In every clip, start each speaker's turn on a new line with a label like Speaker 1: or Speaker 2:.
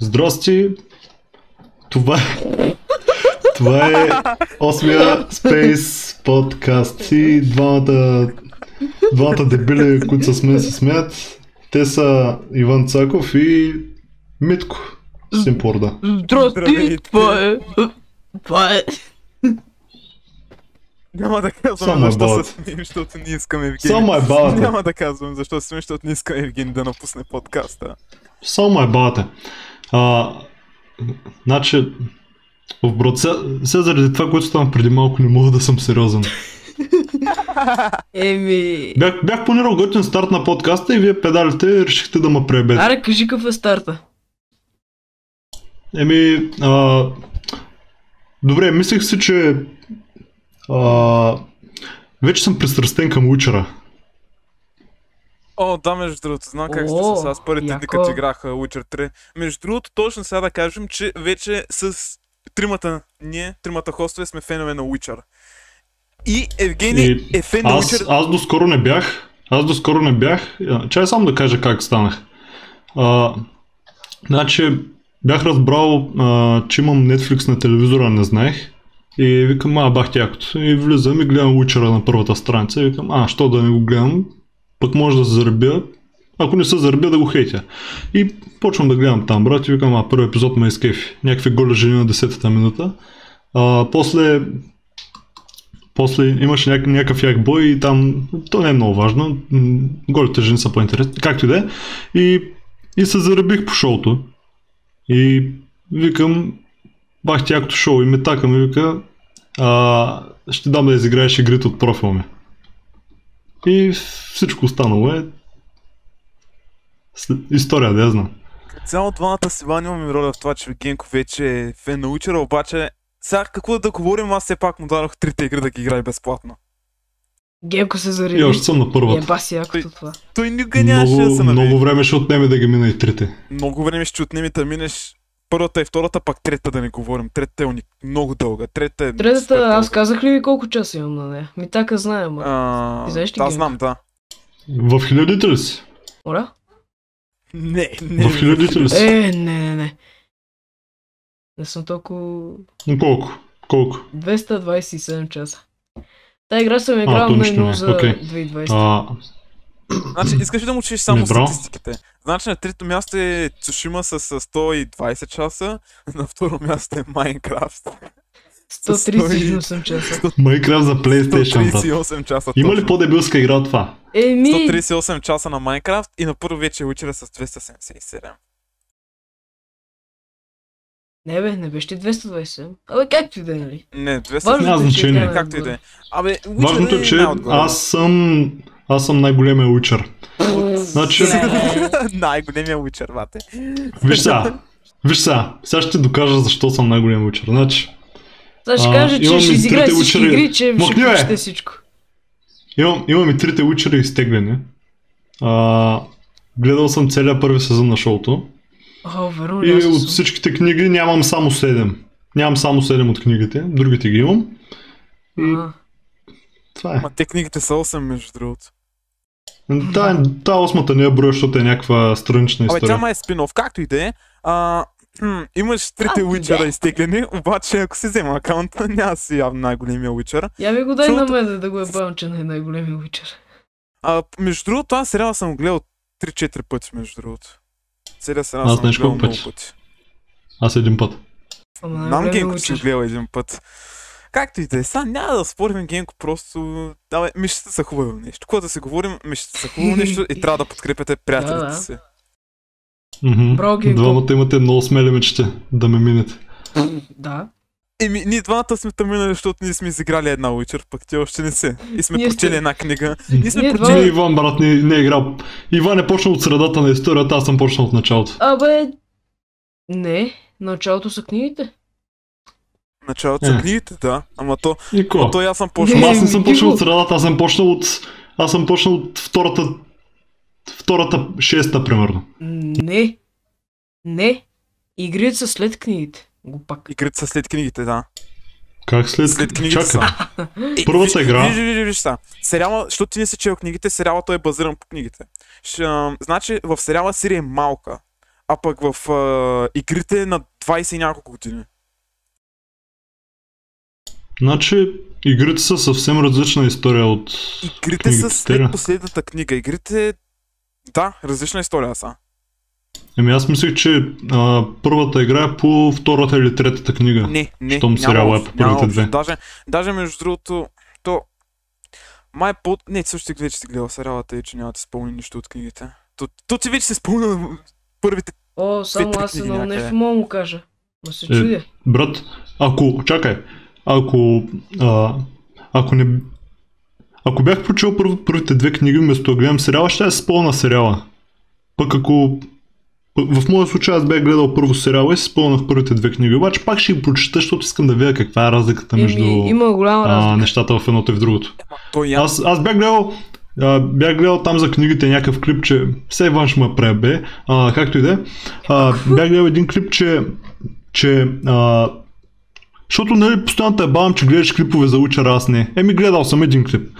Speaker 1: Здрасти! Това е... Това е осмия Space подкаст и двамата, двамата дебили, които са с мен се смеят. Те са Иван Цаков и Митко Симпорда.
Speaker 2: Здрасти,
Speaker 3: Здравейте.
Speaker 2: това е... Това е...
Speaker 3: Няма да
Speaker 1: Само е
Speaker 3: казвам защо
Speaker 1: балът.
Speaker 3: се смеем, защото не искаме Евгений.
Speaker 1: Само е балата.
Speaker 3: Няма да казвам защо се смеем, защото не искаме Евгений да напусне подкаста.
Speaker 1: Само е бате. А, значи, в Бродце, все заради това, което стана преди малко, не мога да съм сериозен.
Speaker 2: Еми...
Speaker 1: Бях, бях планирал готин старт на подкаста и вие педалите решихте да ме пребете.
Speaker 2: Аре, кажи какъв е старта.
Speaker 1: Еми, а... добре, мислех си, че а... вече съм пристрастен към Уичера.
Speaker 3: О, да, между другото, знам как сте
Speaker 2: О,
Speaker 3: с аз първите дни,
Speaker 2: яко.
Speaker 3: като играх а, Witcher 3. Между другото, точно сега да кажем, че вече с тримата ние, тримата хостове, сме фенове на Witcher. И Евгений
Speaker 1: И
Speaker 3: е фен на
Speaker 1: Аз,
Speaker 3: Witcher.
Speaker 1: аз доскоро не бях. Аз доскоро не бях. А, Чай само да кажа как станах. А, значи, бях разбрал, а, че имам Netflix на телевизора, не знаех. И викам, а, бах тякото. И влизам и гледам Уичера на първата страница. И викам, а, що да не го гледам? Пък може да се заребя. Ако не се заребя, да го хейтя. И почвам да гледам там, брат, и викам, а, първи епизод ме изкефи. Някакви голи жени на 10-та минута. А, после после имаше няк- някакъв як бой и там, то не е много важно, м, голите жени са по-интересни, както и да е. И, и се заребих по шоуто. И викам, бах ти якото шоу и ме така ми вика, а, ще дам да изиграеш игрите от профил ми. И всичко останало е с- история, да я знам.
Speaker 3: Цяло двамата с Иван имаме роля в това, че Евгенко вече е фен на Witcher, обаче сега какво да говорим, аз все пак му дадох трите игри да ги играе безплатно.
Speaker 2: Генко се зареди.
Speaker 1: И още съм на първата.
Speaker 2: Еба си якото
Speaker 3: Той-
Speaker 2: това.
Speaker 3: Той никога нямаше да
Speaker 1: Много,
Speaker 3: се навие.
Speaker 1: много
Speaker 3: Много...
Speaker 1: време ще отнеме да ги мина и трите.
Speaker 3: много време ще отнеми да минеш първата и втората, пак третата да не говорим. Третата е уник... много дълга. Третата е...
Speaker 2: Третата,
Speaker 3: супер
Speaker 2: аз
Speaker 3: дълга.
Speaker 2: казах ли ви колко часа имам на нея? Ми така знаем, ма.
Speaker 3: А,
Speaker 2: Ти знаеш ли,
Speaker 3: да,
Speaker 2: Генка?
Speaker 3: знам, да.
Speaker 1: В хилядите ли си?
Speaker 2: Моля?
Speaker 3: Не, не.
Speaker 1: В хилядите ли си?
Speaker 2: Е, не, не, не. Не съм толкова...
Speaker 1: Колко? Колко?
Speaker 2: 227 часа. Та игра съм играл
Speaker 1: то
Speaker 2: на
Speaker 1: нищо не
Speaker 2: едно
Speaker 1: е.
Speaker 2: за
Speaker 1: Окей.
Speaker 2: 2020.
Speaker 1: А,
Speaker 3: Значи, искаш ли да му чуеш само
Speaker 1: Добро.
Speaker 3: статистиките. Значи, на трето място е Цушима с с 120 часа, на второ място е Майнкрафт.
Speaker 2: 138 часа.
Speaker 1: Minecraft за PlayStation. брат.
Speaker 3: 138 часа.
Speaker 1: Има ли
Speaker 3: точно.
Speaker 1: по-дебилска игра от това?
Speaker 2: Еми,
Speaker 3: 138 часа на Майнкрафт и на първо вече е Witcher с 277.
Speaker 2: не бе, не беше 227. Абе, както и да е, нали?
Speaker 3: Не, 200.
Speaker 2: Важното
Speaker 1: Няма
Speaker 2: е, че
Speaker 1: значение.
Speaker 2: играме
Speaker 3: Както и да е. Абе, Witcher
Speaker 1: Важното е, че
Speaker 3: най-отгоре.
Speaker 1: аз съм... Аз съм най-големия учър.
Speaker 2: отгоре.
Speaker 1: Значи-
Speaker 2: Не.
Speaker 3: Най-големия Witcher, бате.
Speaker 1: Виж сега. Виж сега. Сега ще ти докажа защо съм най-големия учър. Значи,
Speaker 2: Сега ще
Speaker 1: А,
Speaker 2: кажа,
Speaker 1: имам
Speaker 2: че ще
Speaker 1: и
Speaker 2: изиграе
Speaker 1: трите
Speaker 2: всички
Speaker 1: учери.
Speaker 2: игри, че ще
Speaker 1: Махни, бе!
Speaker 2: прочете всичко.
Speaker 1: имам, имам и трите учера изтеглени. А, гледал съм целият първи сезон на шоуто.
Speaker 2: О, верно,
Speaker 1: И
Speaker 2: аз не
Speaker 1: от
Speaker 2: съм.
Speaker 1: всичките книги нямам само 7. Нямам само 7 от книгите. Другите ги имам. И
Speaker 2: А,
Speaker 1: това е.
Speaker 3: Ма те книгите са 8, между другото.
Speaker 1: Та, та осмата не е броя, защото е някаква странична
Speaker 3: Абе, тя
Speaker 1: история.
Speaker 3: ма е спин-офф, както и да е. А, хм, имаш трите
Speaker 2: А,
Speaker 3: Witcher-а
Speaker 2: да.
Speaker 3: изтеглени, обаче ако си взема акаунта, няма да си явно най-големия Witcher.
Speaker 2: Я ми го дай
Speaker 3: Защото-
Speaker 2: на мен да- да го е бавам, че не е най-големия вечер.
Speaker 3: А, между другото, аз сериала съм гледал 3-4 пъти, между другото. Целият сериал
Speaker 1: Аз
Speaker 3: съм
Speaker 1: знаеш
Speaker 3: гледал
Speaker 1: колко
Speaker 3: много пъти.
Speaker 1: Аз един път.
Speaker 2: Ама
Speaker 3: Знам
Speaker 2: най-големия
Speaker 3: Генко, че си го
Speaker 2: вечер.
Speaker 3: гледал един път. Както и да е, сега няма да спорим Генко, просто... Давай, мишите са хубаво нещо. Когато да се говорим, мишите са хубаво нещо и трябва да подкрепяте
Speaker 2: да.
Speaker 3: приятелите си.
Speaker 1: Мгм.
Speaker 2: Браво, Гинко.
Speaker 1: Двамата имате много смели мечте да ме минете.
Speaker 2: Да.
Speaker 3: Еми, ние двамата сме там минали, защото ние сме изиграли една Witcher, пък ти още не се. И сме
Speaker 2: Ние сме-
Speaker 3: прочели една книга.
Speaker 1: Ние
Speaker 3: Ние сме
Speaker 2: Ние
Speaker 1: Не,
Speaker 3: прочели...
Speaker 2: двамата-
Speaker 1: Иван, брат, не, не е играл. Иван е почнал от средата на историята, аз съм почнал от началото.
Speaker 2: Абе, не. Началото са книгите.
Speaker 3: Началото
Speaker 1: Е.
Speaker 3: на книгите, да. Ама то,
Speaker 1: И ко?
Speaker 3: то и аз съм
Speaker 2: Е,
Speaker 1: Ама
Speaker 3: почнал.
Speaker 1: аз не
Speaker 2: ми
Speaker 1: съм
Speaker 2: ти
Speaker 1: почнал
Speaker 2: го-
Speaker 1: от средата, аз съм почнал от... Аз съм почнал от втората... Втората шеста, примерно.
Speaker 2: Не. Не. Игрите са след книгите. Глупак.
Speaker 3: Игрите са след книгите, да.
Speaker 1: Как след...
Speaker 3: След книгите са.
Speaker 1: Чакай.
Speaker 3: Е,
Speaker 1: Първата
Speaker 3: виж-
Speaker 1: игра.
Speaker 3: Виж, виж, виж, виж, са. Сериала, защото ти не си чел книгите, сериала той е базиран по книгите. Ш, а, значи в сериала Сири е малка. а пък в а, игрите е на 20 и няколко години.
Speaker 1: Значи, игрите са съвсем различна история от...
Speaker 3: Игрите са
Speaker 1: Книгите,
Speaker 3: след
Speaker 1: да.
Speaker 3: последната книга. Игрите... Да, различна история са.
Speaker 1: Еми аз мислех, че а, първата игра е по втората или третата книга.
Speaker 3: Не, не.
Speaker 1: Щом
Speaker 3: няма
Speaker 1: сериала е
Speaker 3: общо,
Speaker 1: по първите
Speaker 3: няма общо.
Speaker 1: две.
Speaker 3: Даже, даже между другото, то... Май по... Не, ти също ти вече си гледал сериалата и че няма да ти спомни нищо от книгите. То, то ти вече си спомнил първите...
Speaker 2: О, само
Speaker 3: три
Speaker 2: аз
Speaker 3: книги
Speaker 2: едно
Speaker 3: някъде.
Speaker 2: нещо мога да му кажа. Ма се
Speaker 1: Е.
Speaker 2: чудя.
Speaker 1: Брат, ако... Чакай. Ако... А, ако не... Ако бях прочел първ, първите две книги, вместо да гледам сериала, ще е спълна сериала. Пък ако... п- В моя случай аз бях гледал първо сериала и си спълнах първите две книги, обаче пак ще ги прочета, защото искам да видя каква е разликата между
Speaker 2: Еми, има голяма
Speaker 1: а,
Speaker 2: разлика.
Speaker 1: нещата в едното и в другото.
Speaker 3: Ма, Той я...
Speaker 1: Аз, аз бях гледал а, бях гледал там за книгите някакъв клип, че все външ ме пребе, а, както и да е. А, Бях гледал един клип, че, че а, защото нали постоянно те бавам, че гледаш клипове за учера, аз не. Еми гледал съм един клип.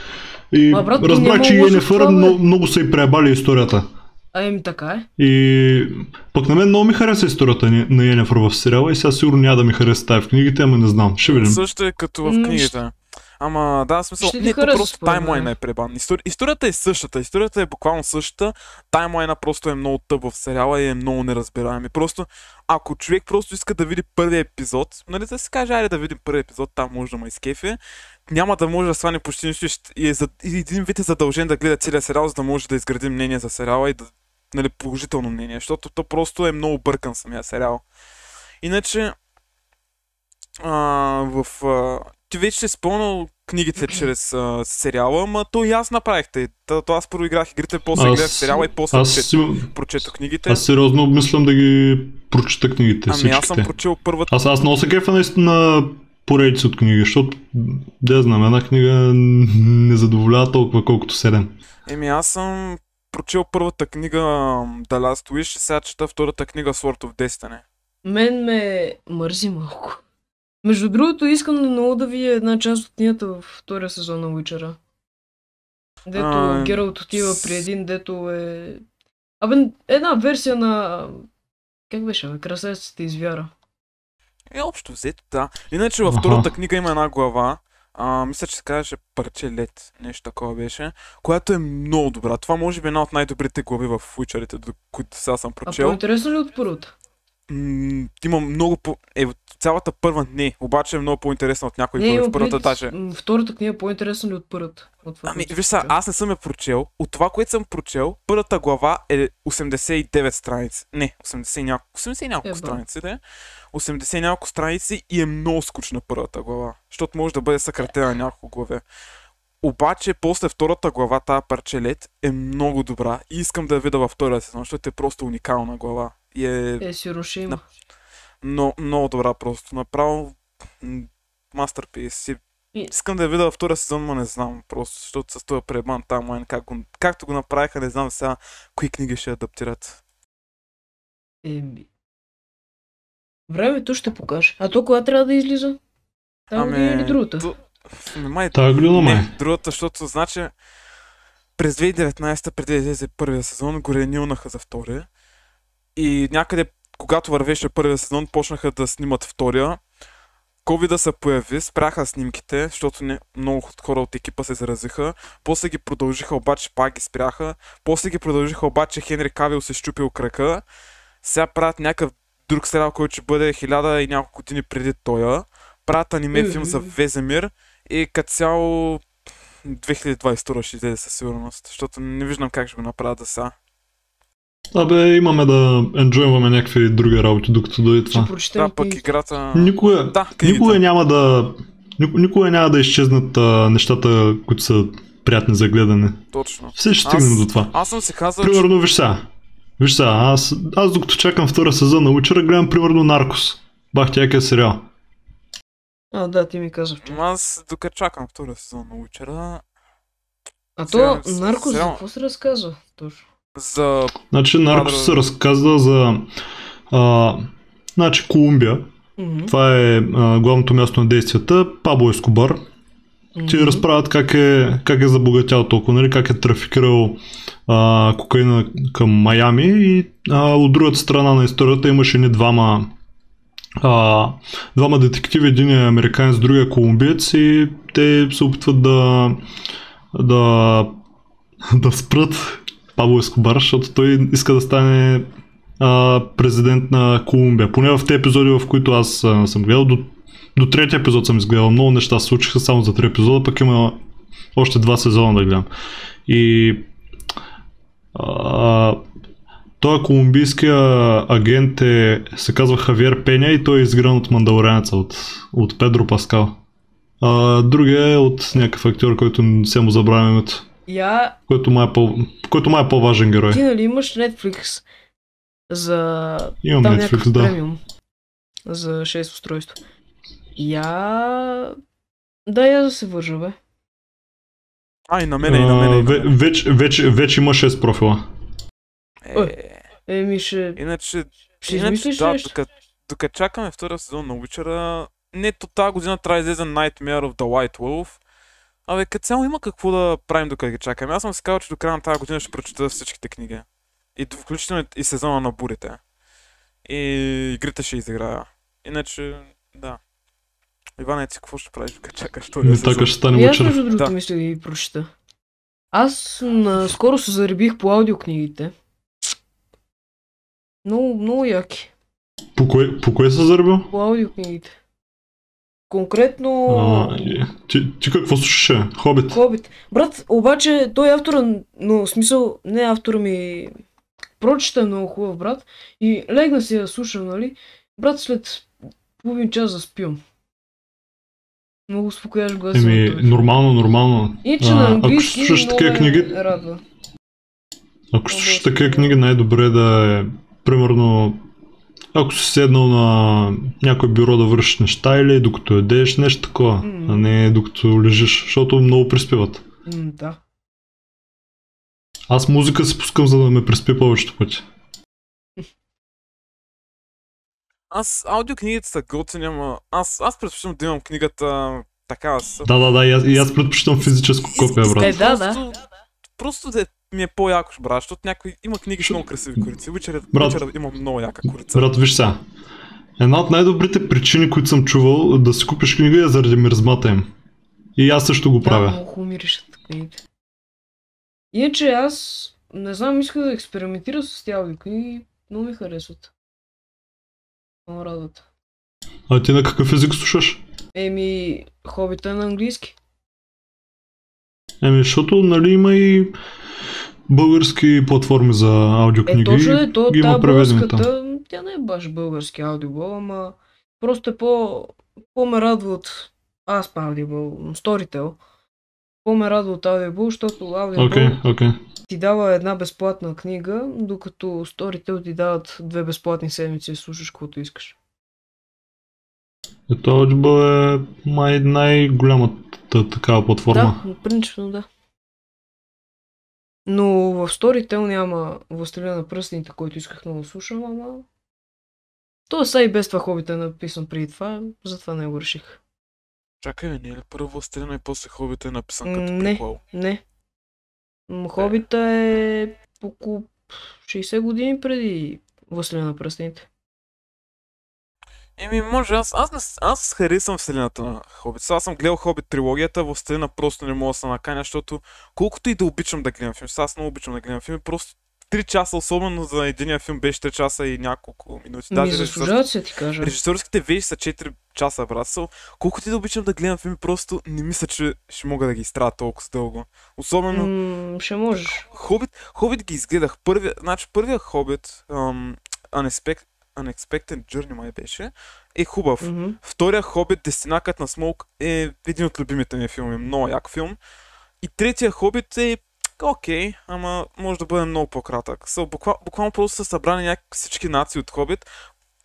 Speaker 1: И
Speaker 2: Ма, брат,
Speaker 1: разбрах,
Speaker 2: няма
Speaker 1: че
Speaker 2: лошо в
Speaker 1: Енефър
Speaker 2: това, бе.
Speaker 1: много, много са и преебали историята.
Speaker 2: А, еми така е.
Speaker 1: И пък на мен много ми хареса историята ни- на Енефър в сериала и сега сигурно няма да ми хареса тая в книгите, ама не знам. Ще видим.
Speaker 3: Също е като в
Speaker 2: М,
Speaker 3: книгите. Ама да, в смисъл,
Speaker 2: ще ти
Speaker 3: не, то
Speaker 2: хареса,
Speaker 3: просто
Speaker 2: според мен.
Speaker 3: таймлайна е пребан. Истори... Историята е същата, историята е буквално същата, таймлайна просто е много тъп в сериала и е много неразбираем. И просто, ако човек просто иска да види първия епизод, нали да си каже, айде да видим първия епизод, там може да ме изкефи, няма да може да сване почти нищо и ще- и е за... и един вид е задължен да гледа целия сериал, за да може да изгради мнение за сериала и да нали, положително мнение, защото то просто е много бъркан самия сериал. Иначе, а, в... А, ти вече си спълнал книгите чрез а, сериала, ама то и аз направихте. То, то аз първо играх игрите, после
Speaker 1: Аз-
Speaker 3: гледах сериала и после
Speaker 1: Аз,
Speaker 3: прочетох,
Speaker 1: си-
Speaker 3: прочетох книгите.
Speaker 1: аз сериозно обмислям да ги прочета книгите.
Speaker 3: ами аз съм
Speaker 1: всичките.
Speaker 3: прочел първата.
Speaker 1: Аз, аз много се кефа наистина на поредица от книги, защото да я знам, една книга не задоволява толкова колкото 7.
Speaker 3: Еми аз съм прочел първата книга ам, The Last Wish, сега чета втората книга Sword of Destiny.
Speaker 2: Мен ме мързи малко. Между другото, искам да много да видя една част от книгата във втория сезон на Уичера. Дето
Speaker 3: А,
Speaker 2: Гералт отива
Speaker 3: с-
Speaker 2: при един, дето е... Абе, една версия на... Как беше, бе? Красавицата из вяра.
Speaker 3: Е, общо взето, да. Иначе във
Speaker 1: Аха.
Speaker 3: втората книга има една глава, а, мисля, че се казваше Парче лед, нещо такова беше, която е много добра. Това може би е една от най-добрите глави в Уичерите, до които сега съм
Speaker 2: А
Speaker 3: прочел.
Speaker 2: по-интересно ли е от първата?
Speaker 3: М, има много по... Е, от цялата първа не, обаче е много по-интересна от някои глави
Speaker 2: имам
Speaker 3: в първата
Speaker 2: предвид,
Speaker 3: даже.
Speaker 2: м, Втората книга е по-интересна ли от първата? От това,
Speaker 3: Ами,
Speaker 2: което
Speaker 3: виж
Speaker 2: си
Speaker 3: сега,
Speaker 2: прочел.
Speaker 3: аз не съм я прочел. От това, което съм прочел, първата глава е 89 страници. Не, 80 и няколко, 80 и няколко
Speaker 2: Еба.
Speaker 3: страници, да. е. 80 и няколко страници и е много скучна първата глава, защото може да бъде съкратена на няколко главе. Обаче, после втората глава, тази парчелет, е много добра и искам да я видя във втория сезон, защото е просто уникална глава. И е
Speaker 2: Е, сигурно ще има.
Speaker 3: Да. но, много добра просто. Направо м, мастерпис. И
Speaker 2: И-
Speaker 3: Искам да я видя във втора сезон, но не знам просто, защото с този пребан там, лайн, как го, както го направиха, не знам сега кои книги ще адаптират.
Speaker 2: Еми. Времето ще покаже. А то кога трябва да излиза? Там ли е или другата?
Speaker 3: Ту... Ами, май,
Speaker 1: Та гледам, май.
Speaker 3: не, другата, Е, защото значи през 2019, преди да излезе първия сезон, го ренилнаха за втория. И някъде, когато вървеше първия сезон, почнаха да снимат втория. Ковида се появи, спряха снимките, защото не, много от хора от екипа се заразиха. После ги продължиха, обаче пак ги спряха. После ги продължиха, обаче Хенри Кавил се щупил крака. Сега правят някакъв друг сериал, който ще бъде хиляда и няколко години преди тоя. Правят аниме филм за
Speaker 2: Мгм.
Speaker 3: Веземир и като цяло 2022 ще излезе със сигурност, защото не виждам как ще го направят да са.
Speaker 1: Абе, имаме да енджойваме някакви други работи, докато дойде
Speaker 2: Ще
Speaker 1: това.
Speaker 2: прочетем
Speaker 3: Да, пък
Speaker 2: книгите.
Speaker 3: играта...
Speaker 1: Никога,
Speaker 3: Да, книгите.
Speaker 1: никога няма да... Никога, никога няма да изчезнат а, нещата, които са приятни за гледане.
Speaker 3: Точно.
Speaker 1: Все ще стигнем
Speaker 3: Аз-
Speaker 1: до това.
Speaker 3: Аз съм си казал, че
Speaker 1: Примерно, виж сега. Виж сега, аз, аз докато чакам втора сезон на Учера, гледам примерно Наркос. Бах тя е сериал.
Speaker 2: А, да, ти ми каза вчера.
Speaker 3: аз докато чакам втория сезон на Уичера
Speaker 2: А
Speaker 3: Сега-
Speaker 2: то наркоз, за
Speaker 3: сега-
Speaker 2: какво се разказва? Точно.
Speaker 3: за...
Speaker 1: Значи
Speaker 3: да, да.
Speaker 1: Наркос се разказва за... А, значи Колумбия.
Speaker 2: Мгм.
Speaker 1: Това е а, главното място на действията. Пабло Ескобар. Ти
Speaker 2: Мгм.
Speaker 1: разправят как е, как е забогатял толкова, нали? как е трафикирал а, кокаина към Майами и а, от другата страна на историята имаше ни двама, а, двама детективи, един е американец, другия е колумбиец и те се опитват да, да, да спрат Пабло Ескобар, защото той иска да стане а, президент на Колумбия. Поне в тези епизоди, в които аз а, съм гледал, до, до третия епизод съм изгледал. Много неща се случиха само за три епизода, пък има още два сезона да гледам. И а, той е колумбийския агент е, се казва Хавиер Пеня и той е изгран от Мандалорянеца, от, от Педро Паскал. А, другия е от някакъв актьор, който не се му забравя името,
Speaker 2: Я,
Speaker 1: който май е, по, който май е по-важен герой.
Speaker 2: ти нали имаш Netflix за
Speaker 1: Имам
Speaker 2: там
Speaker 1: Netflix,
Speaker 2: някакъв
Speaker 1: да.
Speaker 2: премиум за 6 устройства. Я... Да, я да се вържа, бе.
Speaker 3: А, и на мене, и на мене.
Speaker 1: А,
Speaker 3: и на мене.
Speaker 1: ве- вече, вече, вече има 6 профила.
Speaker 3: Е,
Speaker 2: Еми ще...
Speaker 3: Иначе,
Speaker 2: Ще
Speaker 3: иначе,
Speaker 2: измислиш
Speaker 3: да,
Speaker 2: нещо.
Speaker 3: докато, докато чакаме втория сезон на Witcher, не то тази година трябва да излезе Nightmare of the White Wolf. Абе, като цяло има какво да правим докато ги чакаме. Аз съм си казал, че до края на тази година ще прочета всичките книги. И до- включително и сезона на бурите. И игрите ще изиграя. Иначе, да. Иване, ти какво ще правиш докато чакаш втория
Speaker 1: Не така
Speaker 3: сезон?
Speaker 1: ще стане
Speaker 2: Ами аз
Speaker 1: вечер.
Speaker 2: между другото
Speaker 3: Да.
Speaker 2: мисля да ги прочета. Аз наскоро се заребих по аудиокнигите. Много, много яки.
Speaker 1: По кое, по кое се заребил?
Speaker 2: По аудиокнигите. Конкретно...
Speaker 1: А, и- ти, ти какво слушаше? Хобит.
Speaker 2: Хобит. Брат, обаче той е автора, но в смисъл, не автора ми, прочета е много хубав, брат. И легна си да слушам, нали? Брат, след половин час заспивам. Много успокояваш гласа.
Speaker 1: Еми, нормално, нормално.
Speaker 2: И че
Speaker 1: а,
Speaker 2: на
Speaker 1: ако
Speaker 2: английски
Speaker 1: слушаш
Speaker 2: много
Speaker 1: такива
Speaker 2: ме
Speaker 1: книги-
Speaker 2: радва.
Speaker 1: Ако
Speaker 2: Много
Speaker 1: слушаш
Speaker 2: добре.
Speaker 1: такива книги, най-добре е да е, примерно, ако си седнал на някое бюро да вършиш неща или докато ядеш, нещо такова,
Speaker 2: Мгм.
Speaker 1: а не докато лежиш, защото много приспиват.
Speaker 2: М, да.
Speaker 1: Аз музика си пускам, за да ме приспи повечето пъти.
Speaker 3: Аз аудиокнигите са готини, ама аз, аз предпочитам да имам книгата така с
Speaker 1: Да, да, да, и аз, и аз предпочитам физическо копие,
Speaker 3: Искам
Speaker 1: брат.
Speaker 2: Е, да, да.
Speaker 3: просто- Просто да ми е по-яко, брат, защото някой има книги с много красиви корици. Вечер,
Speaker 1: Брат.
Speaker 3: вечер има много яка корица.
Speaker 1: Брат, виж сега. Една от най-добрите причини, които съм чувал да си купиш книга е заради мирзмата им. И аз също го
Speaker 2: Да,
Speaker 1: правя.
Speaker 2: много хубаво миришат книгите. Иначе аз, не знам, исках да експериментирам с тези аудиокниги, но ми харесват. Много радват.
Speaker 1: А ти на какъв език слушаш?
Speaker 2: Еми, хобита е на английски.
Speaker 1: Еми, защото нали има и български платформи за
Speaker 2: Е,
Speaker 1: аудиокниги.
Speaker 2: точно е, то,
Speaker 1: ги има
Speaker 2: та
Speaker 1: преведени
Speaker 2: българската, м, тя не е баш български аудиобол, ама просто е по, по-ме радва от аз па аудиобол, но Storytel. По-ме радва от аудиобол, защото аудиобол
Speaker 1: Окей, окей.
Speaker 2: ти дава една безплатна книга, докато Storytel ти дават две безплатни седмици и слушаш каквото искаш.
Speaker 1: Ето Audible е май най-голямата такава платформа.
Speaker 2: Да, принципно да. Но в Storytel няма Властелина на пръстените, който исках много да слушам, ама... То са и без това хобита е написан преди това, затова не го реших.
Speaker 3: Чакай, бе, не е ли първо стрена и после хобите е написан като
Speaker 2: Не.
Speaker 3: прикол?
Speaker 2: Не. М, Хобита е около 60 години преди Властелина на пръстените.
Speaker 3: Еми, може, аз, аз, не, с- аз харесвам вселената на Хобит. Сега аз съм гледал Хобит трилогията, в Стелина просто не мога да се наканя, защото колкото и да обичам да гледам филм, сега аз много обичам да гледам филми, просто 3 часа, особено за единия филм беше 3 часа и няколко минути.
Speaker 2: Ми
Speaker 3: Даже режисьорската
Speaker 2: заслужават се, ти кажа.
Speaker 3: Ами, Режисьорските вежи са 4 часа, брат. Са, колкото и да обичам да гледам филми, просто не мисля, че ще мога да ги изтрая толкова дълго. Особено
Speaker 2: М, ще можеш.
Speaker 3: Хобит, Хобит ги изгледах. Първия, значи първия Хобит, um, Unexpected, Unexpected Journey май беше, е хубав.
Speaker 2: Мгм.
Speaker 3: Втория Хобит, Дестинакът на Смолк е един от любимите ми филми. Много як филм. И третия Хобит е окей, ама може да бъде много по-кратък. Са, буква, буквално просто са събрани някак- всички нации от Хобит,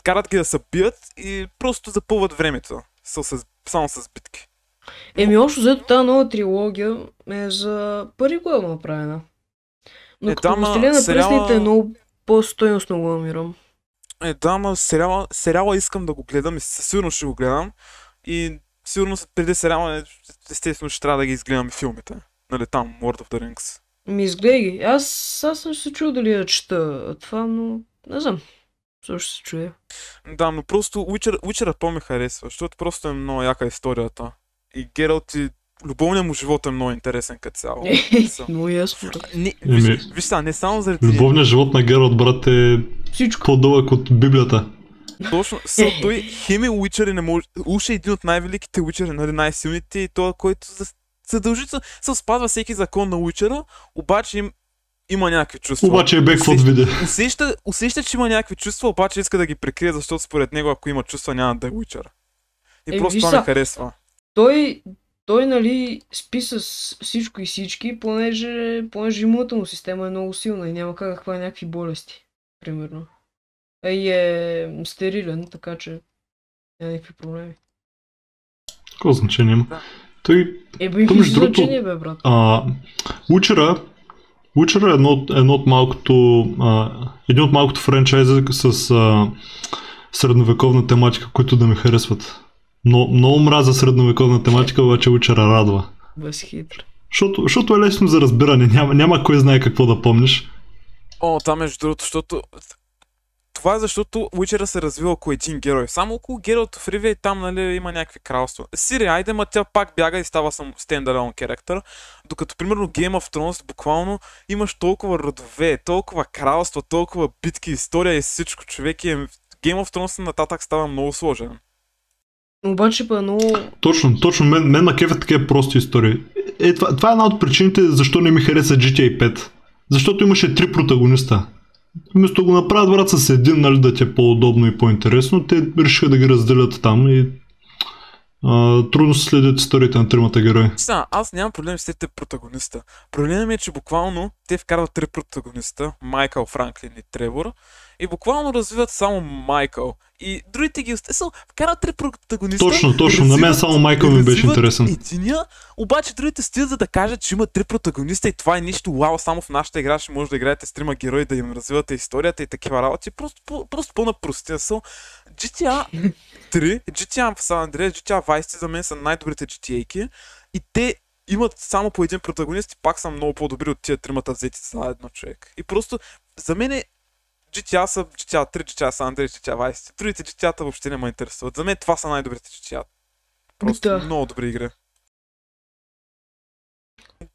Speaker 3: карат ги да се бият и просто запълват времето. Са, с, само с битки.
Speaker 2: Еми, общо взето тази нова трилогия е за пари главно направена. Но
Speaker 3: Е,
Speaker 2: е, като
Speaker 3: да, ма,
Speaker 2: Властелина на
Speaker 3: сериала-
Speaker 2: пръстените е много по-стойностно го намирам.
Speaker 3: Е, да, ама сериала, сериала искам да го гледам и със сигурност ще го гледам. И сигурно след- преди сериала, естествено ще трябва да ги изгледам и филмите. Нали, там, World of the Rings.
Speaker 2: Ми изгледай ги. Аз, аз съм се чул дали я чета това, но не знам. Също се чуя.
Speaker 3: Да, но просто Witcher, Witcher по-ми харесва, защото просто е много яка историята. И Гералт и любовният му живот е много интересен като цяло. Мисъл.
Speaker 2: Много е ясно. бе.
Speaker 3: Не,
Speaker 1: Еми.
Speaker 3: виж, виж сега, не само заради...
Speaker 1: Любовният живот на Гералт, брат, е
Speaker 2: Всичко.
Speaker 1: по-дълъг от Библията.
Speaker 3: Точно, са, той хеми Уичър и не може... Уж е един от най-великите Уичъри, нали, най-силните и той, който за- задължително се спазва всеки закон на Уичъра, обаче им, има някакви чувства.
Speaker 1: Обаче е бе, какво да
Speaker 3: Усеща-
Speaker 1: видя.
Speaker 3: усеща, усеща, че има някакви чувства, обаче иска да ги прикрие, защото според него, ако има чувства, няма да е Уичър. И
Speaker 2: Е,
Speaker 3: просто
Speaker 2: виж
Speaker 3: това ми
Speaker 2: са.
Speaker 3: харесва.
Speaker 2: Той, той нали, спи с всичко и всички, понеже, понеже имунната му система е много силна и няма как да хване някакви болести. Примерно. А И е стерилен, така че няма никакви проблеми.
Speaker 1: Какво значение има?
Speaker 3: Да.
Speaker 1: Той
Speaker 2: Е, бе,
Speaker 1: То, между
Speaker 2: между
Speaker 1: другото-
Speaker 2: значение, бе, брат.
Speaker 1: А, Witcher-а, Witcher е едно, от- едно от малкото, а, един от малкото франчайза с а, средновековна тематика, които да ми харесват. Но много мраза средновековна тематика, обаче Witcher радва.
Speaker 2: Възхитър.
Speaker 1: Защото, защото е лесно за разбиране, няма, няма кой знае какво да помниш.
Speaker 3: О, да, между другото, защото... Това е защото Witcher се развива около един герой. Само около Гералт в Ривия и там, нали, има някакви кралства. Сири, айде, ма тя пак бяга и става сам стендалон керактер. Докато, примерно, Game of Thrones, буквално имаш толкова родове, толкова кралства, толкова битки, история и всичко. Човек и е... Game of Thrones нататък става много сложен.
Speaker 2: Обаче, па, много...
Speaker 1: Точно, точно, мен, мен ма кефят такива прости истории. Е, е, това, това е една от причините защо не ми хареса GTA 5. Защото имаше три протагониста. Вместо да го направят брат с един, нали, да ти е по-удобно и по-интересно, те решиха да ги разделят там и а, трудно се следят историите на тримата герои.
Speaker 3: Сега, аз нямам проблем с трите протагониста. Проблемът ми е, че буквално те вкарват три протагониста, Майкъл, Франклин и Тревор, и буквално развиват само Майкъл. И другите ги остесъл, вкарат три протагониста.
Speaker 1: Точно, точно, на мен
Speaker 3: развиват-
Speaker 1: само Майкъл ми беше
Speaker 3: развиват
Speaker 1: интересен.
Speaker 3: Единия, обаче другите стоят за да кажат, че има три протагониста и това е нищо вау, само в нашата игра ще може да играете с трима герои, да им развивате историята и такива работи. Просто, по- просто пълна простия са. GTA 3, GTA San Andreas, GTA Vice City за мен са най-добрите GTA-ки и те имат само по един протагонист и пак са много по-добри от тия тримата взети заедно човек. И просто за мен е GTA са GTA 3, GTA San Andreas, GTA Vice City. Другите GTA-та въобще не ме интересуват. За мен това са най-добрите GTA. Просто
Speaker 2: Да.
Speaker 3: много добри игри.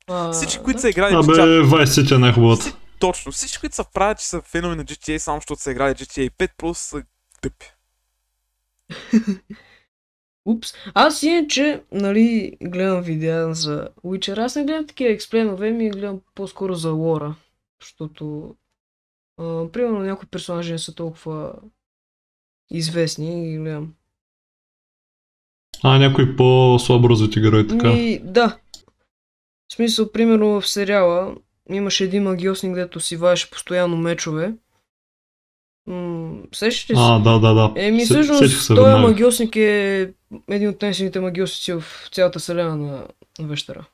Speaker 2: А,
Speaker 3: Всички,
Speaker 2: да.
Speaker 3: които са играли
Speaker 1: Абе,
Speaker 3: GTA,
Speaker 1: Vice City е най-хубавата.
Speaker 3: вси- точно, всички, които са правят, че са фенове на GTA, само защото са играли GTA 5, просто са тъпи.
Speaker 2: Упс. Аз иначе, нали, гледам видеа за Witcher. Аз не гледам такива експлейнове, ми гледам по-скоро за лора. Защото, а, примерно, някои персонажи не са толкова известни и ги гледам.
Speaker 1: А, някои по-слабо развити герои, така.
Speaker 2: Ми, да. В смисъл, примерно в сериала имаше един магиосник, дето си ваеше постоянно мечове. М- сещате се?
Speaker 1: А, да, да, да.
Speaker 2: Еми,
Speaker 1: Се- сетих
Speaker 2: всъщност,
Speaker 1: се
Speaker 2: този
Speaker 1: веднага.
Speaker 2: магиосник е един от най-силните магиосници в цялата селена на, на Вещера.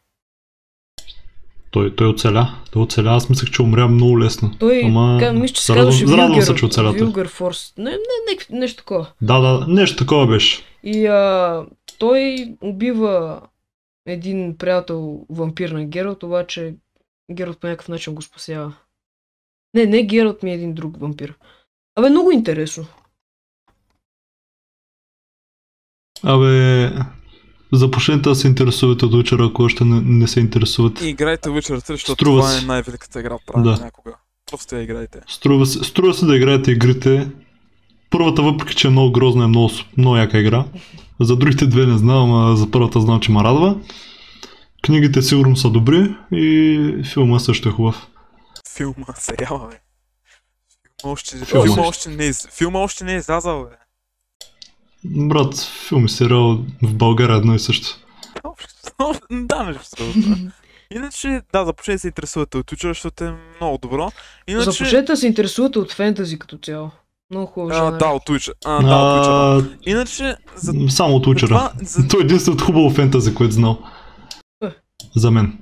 Speaker 1: Той, той оцеля. Той оцеля. Аз мислех, че умря много лесно.
Speaker 2: Той,
Speaker 1: Ама,
Speaker 2: така, мисля, че се
Speaker 1: зарадвам-
Speaker 2: казваше
Speaker 1: зарадвам се,
Speaker 2: Вилгер-
Speaker 1: че оцеля той.
Speaker 2: Вилгер Форс. Не, не, не, нещо такова.
Speaker 1: Да, да, нещо такова беше.
Speaker 2: И а, той убива един приятел вампир на Гералт, обаче Гералт по някакъв начин го спасява. Не, не Гералт ми е един друг вампир. Абе, много интересно.
Speaker 1: Абе, започнете да се интересувате от вечера, ако още не, не се интересувате.
Speaker 3: И играйте Witcher 3, защото
Speaker 1: Струва
Speaker 3: това е
Speaker 1: си.
Speaker 3: най-великата игра, правена
Speaker 1: Да.
Speaker 3: някога. Просто я играйте.
Speaker 1: Струва се, струва се да играете игрите. Първата, въпреки че е много грозна, е много, с- много яка игра. За другите две не знам, а за първата знам, че ме радва. Книгите сигурно са добри и филма също е хубав.
Speaker 3: Филма, сериала, бе. Филма още,
Speaker 1: Филма.
Speaker 3: филма. още не, е из- филма още не е излязал, бе.
Speaker 1: Брат, филм и сериал в България е едно и също.
Speaker 3: Общо- Да, между другото. Иначе, да, започнете да се интересувате от Witcher, защото е много добро. Иначе,
Speaker 2: Започнете да се интересувате от фентази като цяло. Много хубаво
Speaker 3: а,
Speaker 2: жанр.
Speaker 3: да, от Witcher. А, да, от Witcher.
Speaker 1: А,
Speaker 3: Иначе, за,
Speaker 1: само от
Speaker 3: за това,
Speaker 1: учера.
Speaker 3: за,
Speaker 1: Той е единственото хубаво фентази, което знал.
Speaker 2: Е.
Speaker 1: За мен.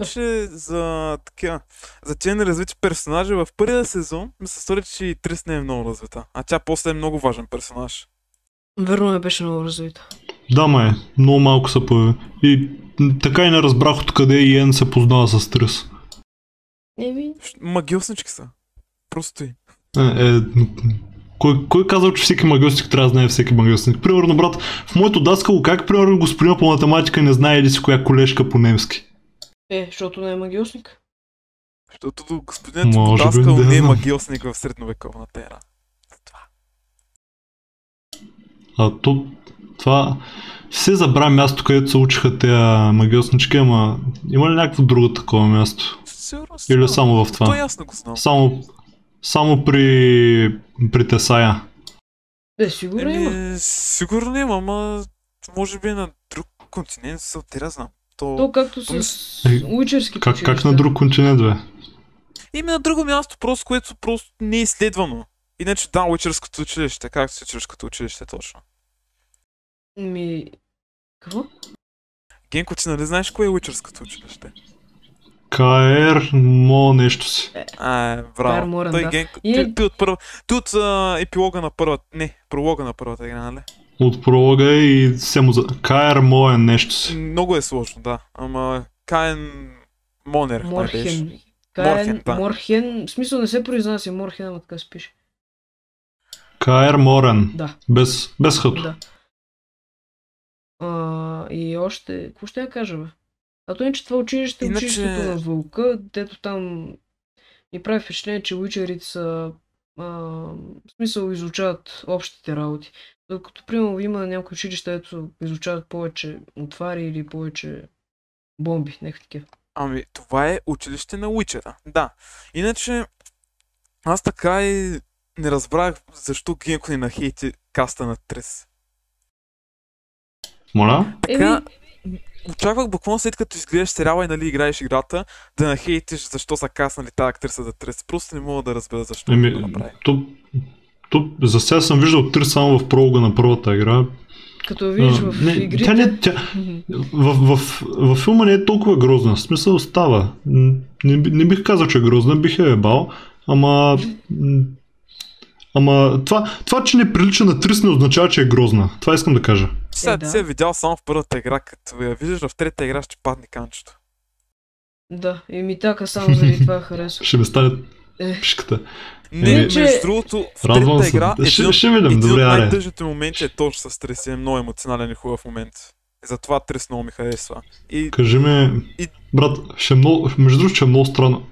Speaker 3: Имаше за такива, за тези неразвити персонажи в първия сезон ми се стори, че и Трис не е много развита, а тя после е много важен персонаж.
Speaker 2: Верно не беше много развита.
Speaker 1: Да, май, много малко се появи. И м, така и не разбрах откъде Иен се познава с Трис.
Speaker 2: Еми,
Speaker 3: Щ- Магиоснички са. Просто и.
Speaker 1: Е, е, м, кой, кой казал, че всеки магиосник трябва да знае всеки магиосник? Примерно, брат, в моето даскало как, примерно, господина по математика не знае ли си коя колежка по немски?
Speaker 2: е, защото не е магиосник.
Speaker 3: Защото до господинът
Speaker 1: Може би,
Speaker 3: Подаскал
Speaker 1: да,
Speaker 3: не е
Speaker 1: знам.
Speaker 3: магиосник в средновековната ера.
Speaker 1: А то, това... Все забра място, където се учиха тези магиоснички, ама има ли някакво друго такова място?
Speaker 3: Сигурно си.
Speaker 1: Или само в това?
Speaker 3: То ясно го знам.
Speaker 1: Само, само при, при Тесая.
Speaker 2: Е, сигурно има.
Speaker 3: Еми, сигурно има, ама може би е на друг континент се отира, знам. То...
Speaker 2: То както
Speaker 3: Помис-
Speaker 2: с
Speaker 1: Е,
Speaker 2: уичерски
Speaker 1: Как, как на друг континент, бе?
Speaker 3: Име на друго място, просто което просто не е изследвано. Иначе да, Уичерското училище, както се Уичерското училище точно.
Speaker 2: Ми... Ами, Какво?
Speaker 3: Е, Генко, ти нали знаеш кое е Уичерското училище?
Speaker 1: Каер, мо нещо си.
Speaker 3: А, е,
Speaker 2: Кар
Speaker 3: браво.
Speaker 2: Морен,
Speaker 3: Той
Speaker 2: да.
Speaker 3: Генко,
Speaker 2: И-
Speaker 3: ти, ти от първа... Ти от а, епилога на първата... Не, пролога на първата игра, нали?
Speaker 1: От пролога е и се му за... Каер, мо е нещо си.
Speaker 3: Много е сложно, да. Ама Каен Монер, май беше.
Speaker 2: Морхен. Каен,
Speaker 3: Морхен, да.
Speaker 2: Морхен, в смисъл не се произнася Морхен, ама така се пише.
Speaker 1: Каер Морен.
Speaker 2: Да,
Speaker 1: Без, без хато.
Speaker 2: да. А, и още, какво ще я кажа, бе? А то иначе това училище, е
Speaker 3: Иначе-
Speaker 2: училището на Вълка, дето там ми прави впечатление, че уичерите са, а, в смисъл изучават общите работи. Докато, примерно, има някои училища, ето изучават повече отвари или повече бомби, някакви такива.
Speaker 3: Ами, това е училище на Уичера. Да. Иначе, аз така и не разбрах защо Генко ни нахейти каста на Трес.
Speaker 1: Моля?
Speaker 3: Така, очаквах буквално след като изгледаш сериала и нали играеш играта, да нахейтиш защо са каснали тази актриса да Трес. Просто не мога да разбера защо
Speaker 1: Еми,
Speaker 3: го
Speaker 2: Е,
Speaker 3: направи.
Speaker 1: то, то, за сега съм виждал три само в пролога на първата игра.
Speaker 2: Като я видиш в
Speaker 1: не,
Speaker 2: игрите...
Speaker 1: Тя не, тя, в, в, в филма не е толкова грозна. В смисъл става. М, Не, би- не бих казал, че е грозна, бих я ебал. Ама. м, Ама това, това, че не прилича на Трис, не означава, че е грозна. Това искам да кажа.
Speaker 3: Сега
Speaker 2: да.
Speaker 3: ти си я видял само в първата игра, като я видиш в трета игра ще падне канчето.
Speaker 2: Да, и ми така само заради това харесва.
Speaker 1: Ще ми стане
Speaker 2: Е.
Speaker 1: пишката.
Speaker 3: Не,
Speaker 1: Еми,
Speaker 3: между другото, в
Speaker 1: Радвам
Speaker 3: третата
Speaker 1: се.
Speaker 3: игра е един
Speaker 1: Ще,
Speaker 3: от
Speaker 1: ще видим.
Speaker 3: Един от
Speaker 1: Добре, аре.
Speaker 3: най-тъжните моменти е точно с Трес и е много емоционален и хубав момент. И затова Трес много ми харесва. И
Speaker 1: Кажи ми,
Speaker 3: И-
Speaker 1: брат, ще е много, между другото, ще е много странно.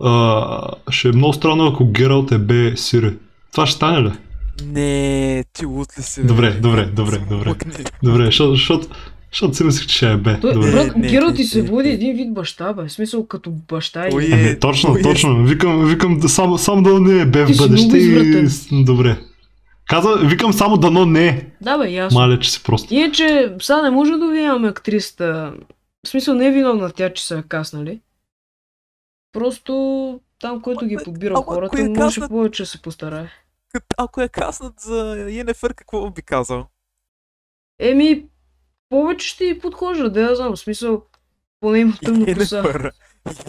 Speaker 1: А, ще е много странно, ако Гералт е бе Сири. Това ще стане ли?
Speaker 3: не, ти лут ли си? бе?
Speaker 1: Добре, добре, добре, добре.
Speaker 3: Мъкни.
Speaker 1: Добре, защото, защото, защото си мислех, че ще е бе.
Speaker 2: Той,
Speaker 1: Добре.
Speaker 2: брат,
Speaker 3: Не, не,
Speaker 2: Гералт ти
Speaker 3: не,
Speaker 2: се
Speaker 3: не,
Speaker 2: води
Speaker 3: не.
Speaker 2: един вид баща, бе. В смисъл като баща
Speaker 3: Ой,
Speaker 2: и...
Speaker 3: е,
Speaker 1: Ами, точно,
Speaker 3: Е,
Speaker 1: точно. Викам, викам да само, само да не е бе
Speaker 2: Ти
Speaker 1: в
Speaker 2: си много
Speaker 1: бъдеще и...
Speaker 2: извратен.
Speaker 1: с- Добре. Каза, викам само дано не е.
Speaker 2: Да, бе, ясно.
Speaker 1: Мале, че си просто.
Speaker 2: Иначе, сега не може да обвиняваме актрисата. В смисъл не е виновна тя, че са я каснали. Просто там, който ги
Speaker 3: Ама,
Speaker 2: подбира
Speaker 3: ама,
Speaker 2: хората,
Speaker 3: коя
Speaker 2: може
Speaker 3: касна-
Speaker 2: повече да се постарае.
Speaker 3: Кът- Ако е каснат за Йенефър, какво би казал?
Speaker 2: Еми, повече ще й подхожда, да я знам. В смисъл, поне има тъмна коса.
Speaker 3: Йенефър.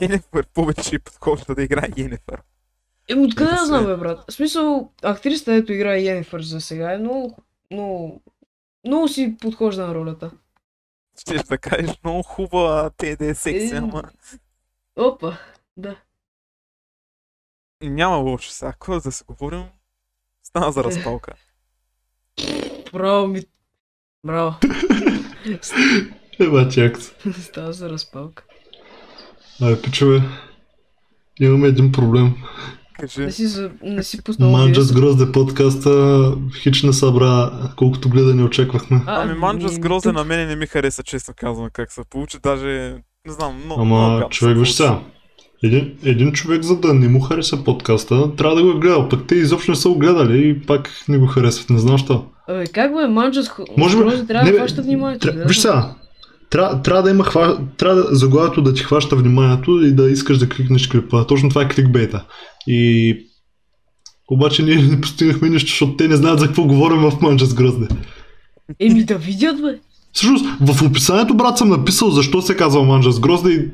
Speaker 3: Йенефър повече и подхожда да играе Йенефър.
Speaker 2: Еми, откъде
Speaker 3: Да
Speaker 2: да
Speaker 3: се-
Speaker 2: знам, бе, брат? В смисъл, актрисата, ето играе Йеннифър за сега, е много, много, много си подхожда на ролята.
Speaker 3: Ще да кажеш много хубава ТД секси,
Speaker 2: Е.
Speaker 3: ама
Speaker 2: Опа, да.
Speaker 3: няма лошо сега. Какво да се говорим? Стана за разпалка.
Speaker 2: Браво ми. Браво.
Speaker 1: Еба, чакс.
Speaker 2: Става за разпалка.
Speaker 1: Абе, пичове. Имаме един проблем.
Speaker 3: Кажи.
Speaker 2: Не си, за... не си пуснал
Speaker 1: Манджас
Speaker 2: OBS.
Speaker 1: Грозде подкаста хич не събра колкото гледане очаквахме.
Speaker 2: А,
Speaker 3: Ами Манджас Грозде
Speaker 2: тук-
Speaker 3: на мене не ми хареса, честно казвам, как се получи. Даже, не знам, но... много
Speaker 1: Ама
Speaker 3: гадно
Speaker 1: човек
Speaker 3: се
Speaker 1: виж
Speaker 3: получи.
Speaker 1: сега. Един, един човек, за да не му хареса подкаста, трябва да го е гледал. Пък те изобщо не са го гледали и пак не го харесват. Не знам що.
Speaker 2: Абе, Е, как бе, Манджас
Speaker 1: Може би-
Speaker 2: Грозде трябва
Speaker 1: не,
Speaker 2: да
Speaker 1: бе,
Speaker 2: хваща вниманието.
Speaker 1: Тря...
Speaker 2: да.
Speaker 1: Виж сега, трябва, трябва да има хва... трябва да, заглавието да ти хваща вниманието и да искаш да кликнеш клипа. Точно това е кликбейта. И обаче ние не постигнахме нищо, защото те не знаят за какво говорим в Манчес Гръзде.
Speaker 2: Еми да видят, бе.
Speaker 1: Всъщност, в описанието, брат, съм написал защо се казва Манчес Грозде и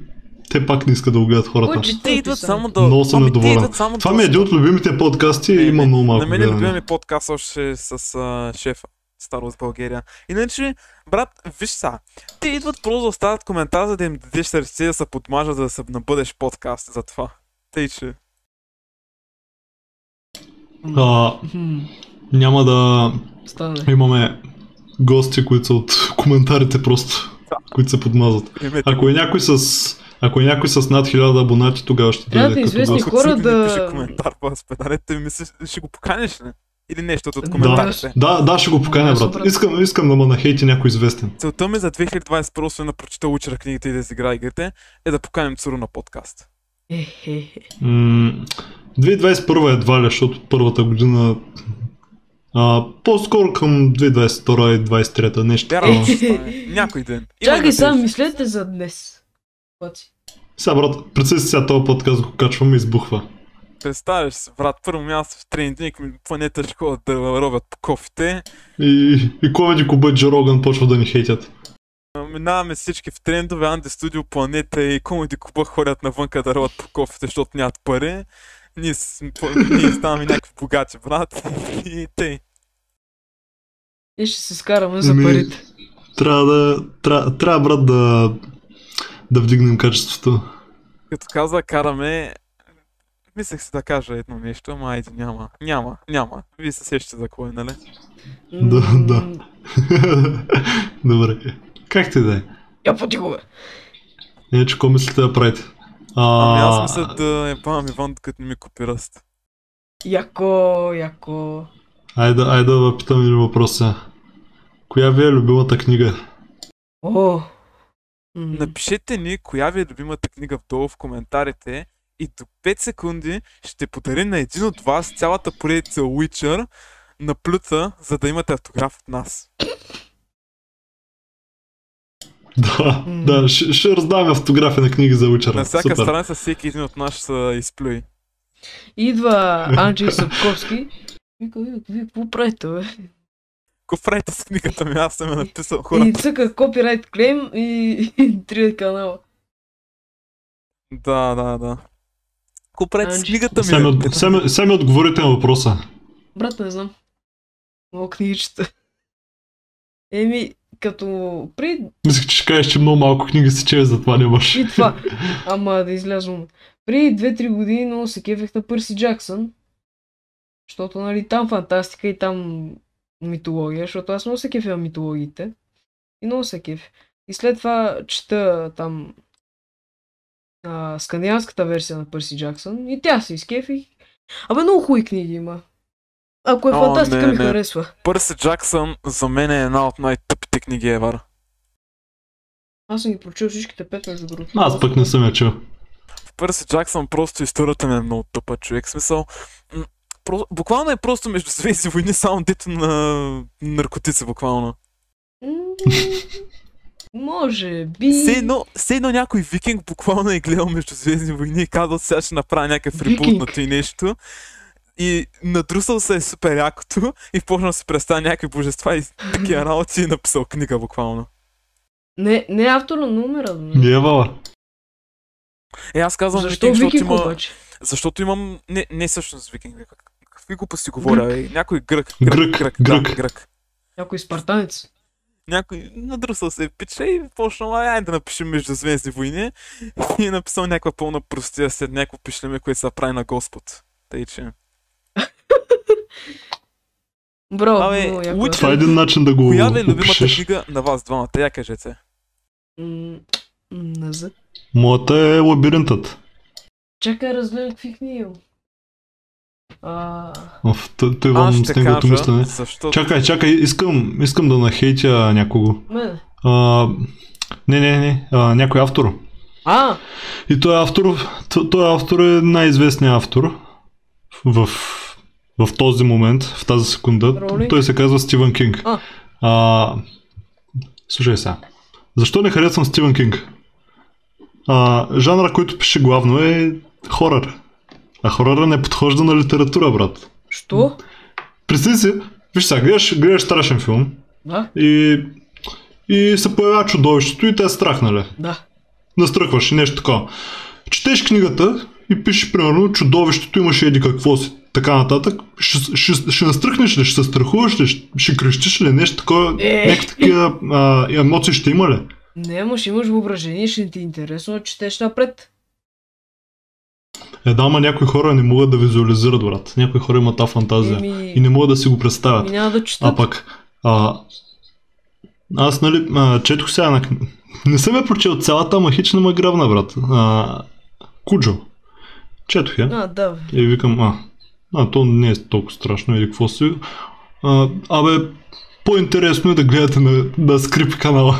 Speaker 1: те пак не искат да го гледат хората.
Speaker 2: Кой че-
Speaker 3: Те идват само да...
Speaker 1: Много съм
Speaker 3: Ами, те
Speaker 1: недоволен.
Speaker 3: идват само
Speaker 1: Това
Speaker 3: да-
Speaker 1: ми е един от любимите подкасти и
Speaker 3: Не,
Speaker 1: има
Speaker 3: не,
Speaker 1: много малко
Speaker 3: На мен
Speaker 1: гледане.
Speaker 3: любимия ми подкаст още е с а, шефа. Star Wars България. Иначе, брат, виж са, те идват просто да оставят коментар, за да им дадеш сърце да се подмажат, за да се набъдеш подкаст за това. Тъй, че...
Speaker 1: А,
Speaker 2: Хм,
Speaker 1: няма да
Speaker 2: Стане.
Speaker 1: имаме гости, които са от коментарите просто, които се подмазват.
Speaker 3: Името.
Speaker 1: Ако е някой с, ако е някой с над 1000 абонати, тогава ще
Speaker 2: Трябва
Speaker 1: дойде
Speaker 2: да е
Speaker 1: като
Speaker 2: известни
Speaker 1: гост.
Speaker 2: хора да-
Speaker 3: Пише коментар, бас, педарете ми, се- нали, ще го поканеш ли? Или нещо от
Speaker 2: Да.
Speaker 3: коментарите.
Speaker 1: Да, да, ще го поканя,
Speaker 2: Аз съм
Speaker 1: брат.
Speaker 2: брат.
Speaker 1: Искам, искам да ме нахейти някой известен.
Speaker 3: Целта ми за 2021 освен да прочита учера книгите и да изигра игрите, е да поканим Цуру на подкаст.
Speaker 2: Е, Ехе.
Speaker 1: М, 2021 едва ли, защото първата година... А, по-скоро към 2022 и 2023 нещо.
Speaker 3: Вярвам,
Speaker 1: такова.
Speaker 3: че ще стане. Някой ден. Има
Speaker 2: Чакай
Speaker 3: надежда.
Speaker 2: сега, мислете за днес. Паци.
Speaker 1: Сега, брат, представи си сега този подкаст го качваме и избухва.
Speaker 3: Представяш се, брат, първо място в тренинг ми планета ще ходят да ровят по кофите.
Speaker 1: И, и Комеди Кубът Джо Роган почва да ни хейтят.
Speaker 3: А, Минаваме всички в трендове, Анде Студио, Планета и Комеди Куба ходят навънка да ровят по кофите, защото нямат пари. Ние, с- по- ние ставаме някакви богати, брат. И тъй.
Speaker 2: Ние ще се скараме за
Speaker 1: Ми-
Speaker 2: парите.
Speaker 1: Трябва да... Трябва, трябва брат, да... Да вдигнем качеството.
Speaker 3: Като каза, караме... Мислех се да кажа едно нещо, ама айде, няма. Няма, няма. Вие се сещате за кое, нали?
Speaker 1: Да,
Speaker 2: М,
Speaker 1: да. Добре. Как ти да е?
Speaker 2: Я поти го бе.
Speaker 1: Иначе какво мислите да правите?
Speaker 3: Ами аз
Speaker 1: А,
Speaker 3: мисля да е бам Иван, докато не ми купи ръст.
Speaker 2: Яко, яко.
Speaker 1: Айде, айде да ви питам един въпрос сега. Коя ви е любимата книга?
Speaker 2: О. М,
Speaker 3: Напишете ни коя ви е любимата книга вдолу в коментарите и до 5 секунди ще подарим на един от вас цялата поредица Witcher на плюта, за да имате автограф от нас.
Speaker 1: Да,
Speaker 2: М.
Speaker 1: да, ще, ще раздаваме автографи на книги за учера.
Speaker 3: На всяка
Speaker 1: Супер.
Speaker 3: страница всеки един от нас ще се изплюи.
Speaker 2: Идва Анджей Сапковски. Вика, вика, вие какво правите, бе?
Speaker 3: Какво правите с книгата ми? Аз съм я написал хора.
Speaker 2: И цъка копирайт клейм и, и три канала.
Speaker 3: Да, да, да. Какво правите с
Speaker 2: Анджи.
Speaker 3: книгата
Speaker 1: Сега ми,
Speaker 3: ми? е
Speaker 1: от- сега ми- сега ми отговорите на въпроса.
Speaker 2: Брат, не знам. Много книгичета. Еми, като при
Speaker 1: Мислех, че ще кажеш, че много малко книги си чели, затова нямаш.
Speaker 2: и това, ама да излязвам. При 2-3 години много се кефех на Пърси Джаксън, защото нали там фантастика и там митология, защото аз много се кефя на митологиите и много се кефя. И след това чета там а, скандинавската версия на Пърси Джаксън и тя се изкефих. Абе много хубави книги има. Ако е
Speaker 3: О,
Speaker 2: фантастика
Speaker 3: не,
Speaker 2: ми
Speaker 3: не.
Speaker 2: харесва.
Speaker 3: Пърси Джаксън за мен е една от най-тъпите книги ever.
Speaker 2: Аз съм ги прочел всичките пет между другото.
Speaker 1: Аз пък не съм я чел.
Speaker 3: В Пърси Джаксън просто историята ми е много тъпа, човек. В Смисъл, м, про- буквално е просто между Звезди войни, само дето на наркотици, буквално.
Speaker 2: М, Може би.
Speaker 3: Все едно, все едно някой викинг буквално е гледал между Звездни войни и казал, сега ще направя някакъв ребут на
Speaker 2: Викинг.
Speaker 3: той нещо. И надрусал се е супер якото и почнал да се представя някакви божества и такива работи и е написал книга буквално.
Speaker 2: Не, не е автора на умера. да не.
Speaker 1: Не е вала.
Speaker 3: Е, аз казвам
Speaker 2: Защо
Speaker 3: викинг, защото
Speaker 2: Викинг
Speaker 3: има...
Speaker 2: обаче?
Speaker 3: Защото имам... Не, не всъщност викинг. бе, как- Какви глупости говоря, бе? Някой грък.
Speaker 1: Грък,
Speaker 3: Грък.
Speaker 1: грък.
Speaker 3: Да, грък.
Speaker 2: Някой спартанец.
Speaker 3: Някой надрусал се пича и почнал, ай да напишем Междузвездни войни. И е написал някаква пълна простия след някакво пишлеме, което се прави на Господ. Тъй, че...
Speaker 2: Браво,
Speaker 3: Абе,
Speaker 2: много яко.
Speaker 3: Witcher-
Speaker 1: Това е един начин да го
Speaker 3: Коя ви е любимата
Speaker 1: опишеш.
Speaker 3: книга на вас двамата? Я кажете.
Speaker 2: М, Не за.
Speaker 1: Моята е лабиринтът.
Speaker 2: Чакай, разгледай какви книги. имам. А,
Speaker 1: Оф, т- той
Speaker 3: Аз
Speaker 1: вам с
Speaker 3: ще
Speaker 1: неговото
Speaker 3: кажа,
Speaker 1: мислене.
Speaker 3: защото...
Speaker 1: Чакай, чакай, искам, искам да нахейтя някого.
Speaker 2: мен.
Speaker 1: А, не, не, не, а, някой автор.
Speaker 2: А,
Speaker 1: И той автор, т- той автор е най-известният автор в, в този момент, в тази секунда.
Speaker 2: Роли?
Speaker 1: Той се казва Стивън Кинг.
Speaker 2: А.
Speaker 1: А, слушай сега. Защо не харесвам Стивън Кинг? А, жанра, който пише главно е хорър. А хоръра не подхожда на литература, брат.
Speaker 2: що?
Speaker 1: Представи си, виж сега, гледаш, гледаш страшен филм
Speaker 2: Да,
Speaker 1: и, и се появява чудовището и те е страх, нали?
Speaker 2: да.
Speaker 1: настръхваш и нещо такова. Четеш книгата и пише примерно чудовището имаше еди какво си. така нататък, ще, ще, ще настръхнеш ли, ще се страхуваш ли, ще, ще крещиш ли, нещо такова,
Speaker 2: Е.
Speaker 1: някакви такива а, емоции ще има ли?
Speaker 2: Не, ама ще имаш въображение, ще ти е интересно да четеш напред.
Speaker 1: Е, да, ама някои хора не могат да визуализират, брат. Някои хора имат тази фантазия
Speaker 2: Еми,
Speaker 1: и не могат да си го представят.
Speaker 2: ми няма да чета.
Speaker 1: А пък, а, аз, нали, а, четох сега на... кни- Не съм я прочел цялата, ама хич не ме гръбна, брат. А, Куджо. Четох я.
Speaker 2: А, да, бе.
Speaker 1: И викам, а, а, то не е толкова страшно, или какво си. А, абе, по-интересно е да гледате на, на скрип канала.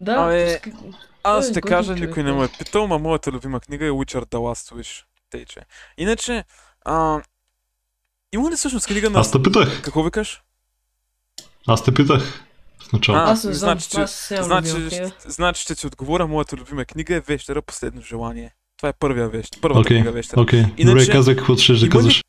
Speaker 2: Да,
Speaker 3: Абе,
Speaker 2: с как-
Speaker 3: Аз
Speaker 2: Кой-
Speaker 3: ще
Speaker 2: кой
Speaker 3: кажа,
Speaker 2: друг човек
Speaker 3: никой не
Speaker 2: е?
Speaker 3: ме е питал, ма моята любима книга е Witcher The Last Wish. Тъй, че. Иначе, а, има ли всъщност книга на...
Speaker 1: Аз те питах.
Speaker 3: Какво викаш?
Speaker 1: Аз те питах. В началото.
Speaker 2: Аз не
Speaker 3: ми
Speaker 2: знам,
Speaker 3: значи, че-
Speaker 2: аз се
Speaker 3: Значи, ще- значи, ще ти отговоря, моята любима книга е Вещера Последно желание. Това е първия вещ, първата
Speaker 1: Окей.
Speaker 3: книга е Вещера.
Speaker 1: Окей, добре,
Speaker 3: Иначе-
Speaker 1: каза каквото ще да
Speaker 3: Има ли-
Speaker 1: казваш.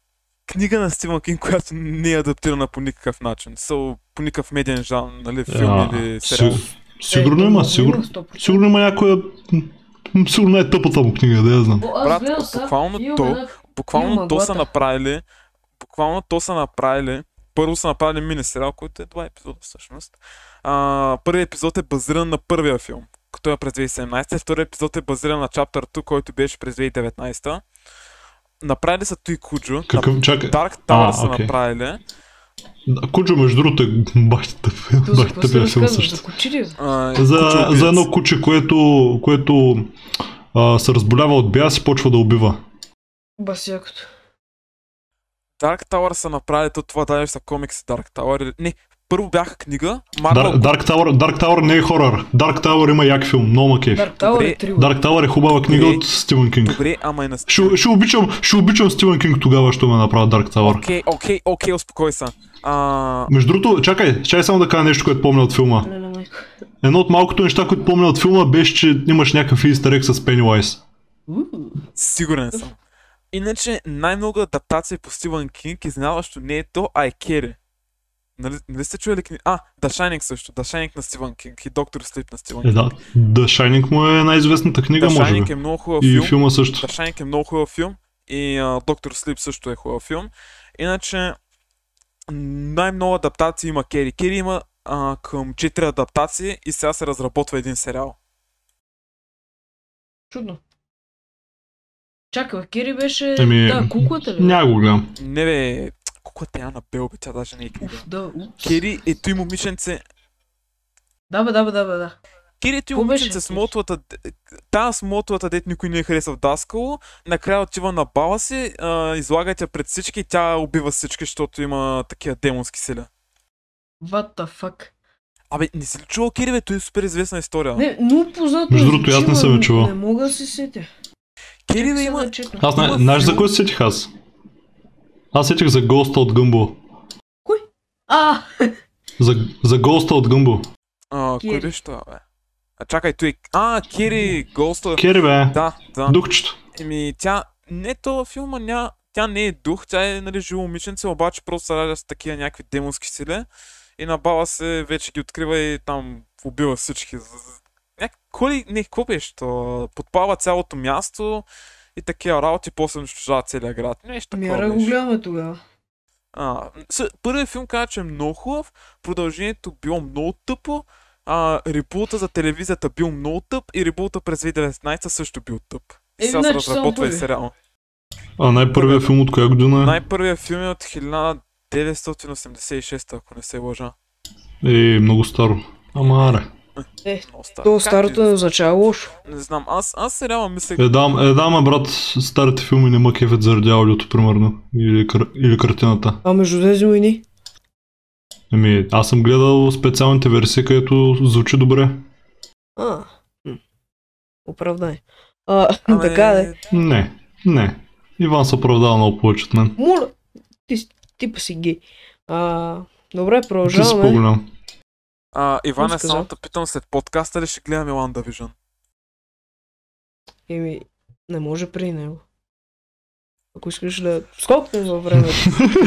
Speaker 3: Книга на Стивън Кинг, която не е адаптирана по никакъв начин. Са по никакъв медиен жанр, нали, филм
Speaker 1: А,
Speaker 3: или
Speaker 1: си-
Speaker 3: сериал.
Speaker 1: Сигурно
Speaker 2: Е,
Speaker 1: има,
Speaker 2: има,
Speaker 1: сигурно.
Speaker 2: има 100%.
Speaker 1: Сигурно има някоя... м, Сигурно е тъпата му книга, да я знам.
Speaker 2: О, аз
Speaker 3: Брат,
Speaker 2: гледам сега,
Speaker 3: буквално
Speaker 2: имам
Speaker 3: то-
Speaker 2: една-
Speaker 3: Буквално
Speaker 2: Има
Speaker 3: то са
Speaker 2: мъглата.
Speaker 3: направили. Буквално то са направили. Първо са направили мини сериал, който е два епизода всъщност. А, първият епизод е базиран на първия филм, който е през 2017. Вторият епизод е базиран на Chapter 2, който беше през 2019. Направили са Той Куджо.
Speaker 1: Какъв, чакай.
Speaker 3: Dark Tower
Speaker 1: А,
Speaker 3: са
Speaker 1: окей.
Speaker 3: направили.
Speaker 1: Да, Куджо, между другото, е баща тъп-
Speaker 2: То за
Speaker 1: баща
Speaker 2: какво
Speaker 1: тъпия
Speaker 2: се
Speaker 1: филм
Speaker 2: разказва? За
Speaker 1: също.
Speaker 2: кучери?
Speaker 3: А,
Speaker 1: За,
Speaker 3: Куджо
Speaker 1: за едно
Speaker 3: убиец.
Speaker 1: куче, което, което а, се разболява от бяс и почва да убива.
Speaker 2: Басякото.
Speaker 3: Dark Tower са направили, то това даже са комикси Dark Tower. или- Не, първо бяха книга.
Speaker 1: Дар-
Speaker 3: Marvel
Speaker 1: Dark Tower, Dark Tower не е хорър. Dark Tower има як филм, но ма кеф.
Speaker 2: Dark Tower е
Speaker 3: Добре.
Speaker 2: трилър.
Speaker 1: Dark Tower е хубава книга
Speaker 3: Добре.
Speaker 1: от Стивен Кинг.
Speaker 3: Добре, ама и на
Speaker 1: Ще, ще, обичам, ще обичам Стивен Кинг тогава, ще ме направя Dark Tower.
Speaker 3: Окей, окей, окей, успокой се. А,
Speaker 1: Между другото, чакай, чакай само да кажа нещо, което помня от филма.
Speaker 2: Леле, майка.
Speaker 1: Едно от малкото неща, които помня от филма, беше, че имаш някакъв истерек с Пенилайс.
Speaker 2: Уу.
Speaker 3: сигурен съм. Иначе най-много адаптации по Стивън Кинг, изненадващо не е то, а е Кери. Нали, нали сте чуели книги? А, The Shining също. The Shining на Стивън Кинг и Доктор Слип на Стивън
Speaker 1: Е,
Speaker 3: Кинг.
Speaker 1: да. The Shining му е най-известната книга,
Speaker 3: The
Speaker 1: може би.
Speaker 3: Shining е много хубав
Speaker 1: И
Speaker 3: филм.
Speaker 1: филма също.
Speaker 3: The Shining е много хубав филм и а, Доктор Слип също е хубав филм. Иначе най-много адаптации има Кери. Кери има а, към 4 адаптации и сега се разработва един сериал.
Speaker 2: Чудно. Чакай, бе, Кири беше...
Speaker 1: Еми,
Speaker 2: Да, куклата ли?
Speaker 1: Няма го гледам.
Speaker 3: Не бе, куклата е Анабел, бе, тя даже не е книга.
Speaker 2: Уф, да, упс.
Speaker 3: Кери е той момиченце.
Speaker 2: Да, бе, да, бе, да, бе, да.
Speaker 3: Кери е той
Speaker 2: Какво
Speaker 3: момиченце
Speaker 2: беше?
Speaker 3: с мотлата. д- Та с мотлата, дет никой не е харесал Даскало. Накрая отива на бала си, а, излага тя пред всички и тя убива всички, защото има такива демонски сили.
Speaker 2: What the fuck?
Speaker 3: Абе, не си ли чувал Кери, бе? Той е супер известна история.
Speaker 2: Не, много познато
Speaker 1: Между
Speaker 2: ми
Speaker 1: другото,
Speaker 2: звучи,
Speaker 1: аз не съм
Speaker 2: ма
Speaker 1: я чувал.
Speaker 2: Не мога да се сетя.
Speaker 3: Кери, бе,
Speaker 2: Чакай сега
Speaker 3: има...
Speaker 2: да чекна.
Speaker 1: Аз не,
Speaker 3: Има
Speaker 1: знаеш за
Speaker 3: филм.
Speaker 1: кой се сетих аз? Аз сетих за Госта от Гъмбо.
Speaker 2: А,
Speaker 1: За, за Госта от Гъмбо.
Speaker 3: А, кой
Speaker 2: Кери.
Speaker 3: беше това, бе? А, чакай, той... е- А, Кери, Голста...
Speaker 1: Кери бе,
Speaker 3: Да, да.
Speaker 1: духчето.
Speaker 3: Еми, тя... Не, то във филма ня... Тя не е дух, тя е нали, живо момиченце, обаче просто се ражда с такива някакви демонски сили. И на бала се вече ги открива и там убива всички. З- з- Няк... Кой ли... Не, какво беше то? Подпава цялото място и такива работи, после унищожава целия град. Нещо такова
Speaker 2: мира го
Speaker 3: беше.
Speaker 2: гледаме тогава.
Speaker 3: А, с- първият филм каза, че е много хубав, продължението било много тъпо, а ребулта за телевизията бил много тъп и ребулта през 2019 също бил тъп. И
Speaker 2: Е,
Speaker 3: сега се
Speaker 2: значи само
Speaker 3: разработва и
Speaker 2: първи.
Speaker 3: сериал.
Speaker 1: А най-първият филм от коя година
Speaker 3: Най-първият филм е от 1986, ако не се лъжа.
Speaker 1: е? Е, много старо. Ама аре.
Speaker 3: Много стар.
Speaker 2: То
Speaker 3: Как
Speaker 2: старото
Speaker 3: ти- е?
Speaker 2: не означава лошо.
Speaker 3: Не знам, аз, аз сериала ами, мислех...
Speaker 1: Е, да, е, да, ама брат, старите филми не ма кефят заради аудиото, примерно. Или, кар... или картината.
Speaker 2: А между тези войни?
Speaker 1: Еми, аз съм гледал специалните версии, където звучи добре.
Speaker 2: А. м. Оправдай. А,
Speaker 3: Ама
Speaker 2: така
Speaker 3: е,
Speaker 2: да е.
Speaker 1: Не, не. Иван се оправдава много повече от мен.
Speaker 2: Моля, ти, с- типа си гей. А, добре,
Speaker 1: Ти си
Speaker 2: продължаваме.
Speaker 1: по-голям.
Speaker 3: А, Иван,
Speaker 2: Какво
Speaker 3: е само
Speaker 2: сказа?
Speaker 3: те питам след подкаста ли ще гледаме WandaVision?
Speaker 2: Еми, не може при него. Ако искаш да скопнем във времето.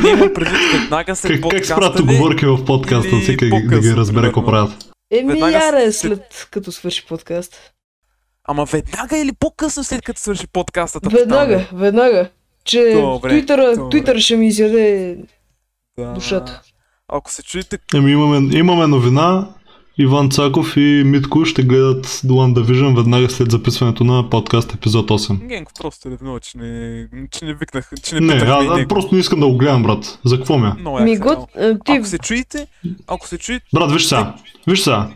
Speaker 3: Не имам предвид веднага след
Speaker 1: Как, как
Speaker 3: подкаста
Speaker 1: спрат
Speaker 3: ли...
Speaker 1: оговорки в подкаста,
Speaker 3: или
Speaker 1: всеки да ги- да
Speaker 3: по-късно,
Speaker 1: ги разбере какво
Speaker 3: примерно?
Speaker 1: правят.
Speaker 2: Еми,
Speaker 3: Веднага
Speaker 2: яре,
Speaker 3: след-
Speaker 2: след като свърши подкаст.
Speaker 3: Ама веднага или по-късно след като свърши подкаста? да питам, бе?
Speaker 2: Веднага, веднага. че
Speaker 3: Добре,
Speaker 2: Twitter,
Speaker 3: добре.
Speaker 2: Twitter ще ми изяде
Speaker 3: Да.
Speaker 2: душата.
Speaker 3: Ако се чуете,
Speaker 1: Еми имаме, имаме новина. Иван Цаков и Митко ще гледат The One Division веднага след записването на подкаст епизод 8.
Speaker 3: Генко просто ревнува, че не, че не викнах, че не,
Speaker 1: Не,
Speaker 3: питахме
Speaker 1: а,
Speaker 3: и
Speaker 1: а,
Speaker 3: него.
Speaker 1: просто не искам да го гледам, брат. За какво ме?
Speaker 3: Много
Speaker 2: Ми
Speaker 3: як
Speaker 2: го,
Speaker 3: сериал.
Speaker 2: а, ти,
Speaker 3: е Ако се чуете, ако се чуете,
Speaker 1: Брат, виж сега. Виж сега.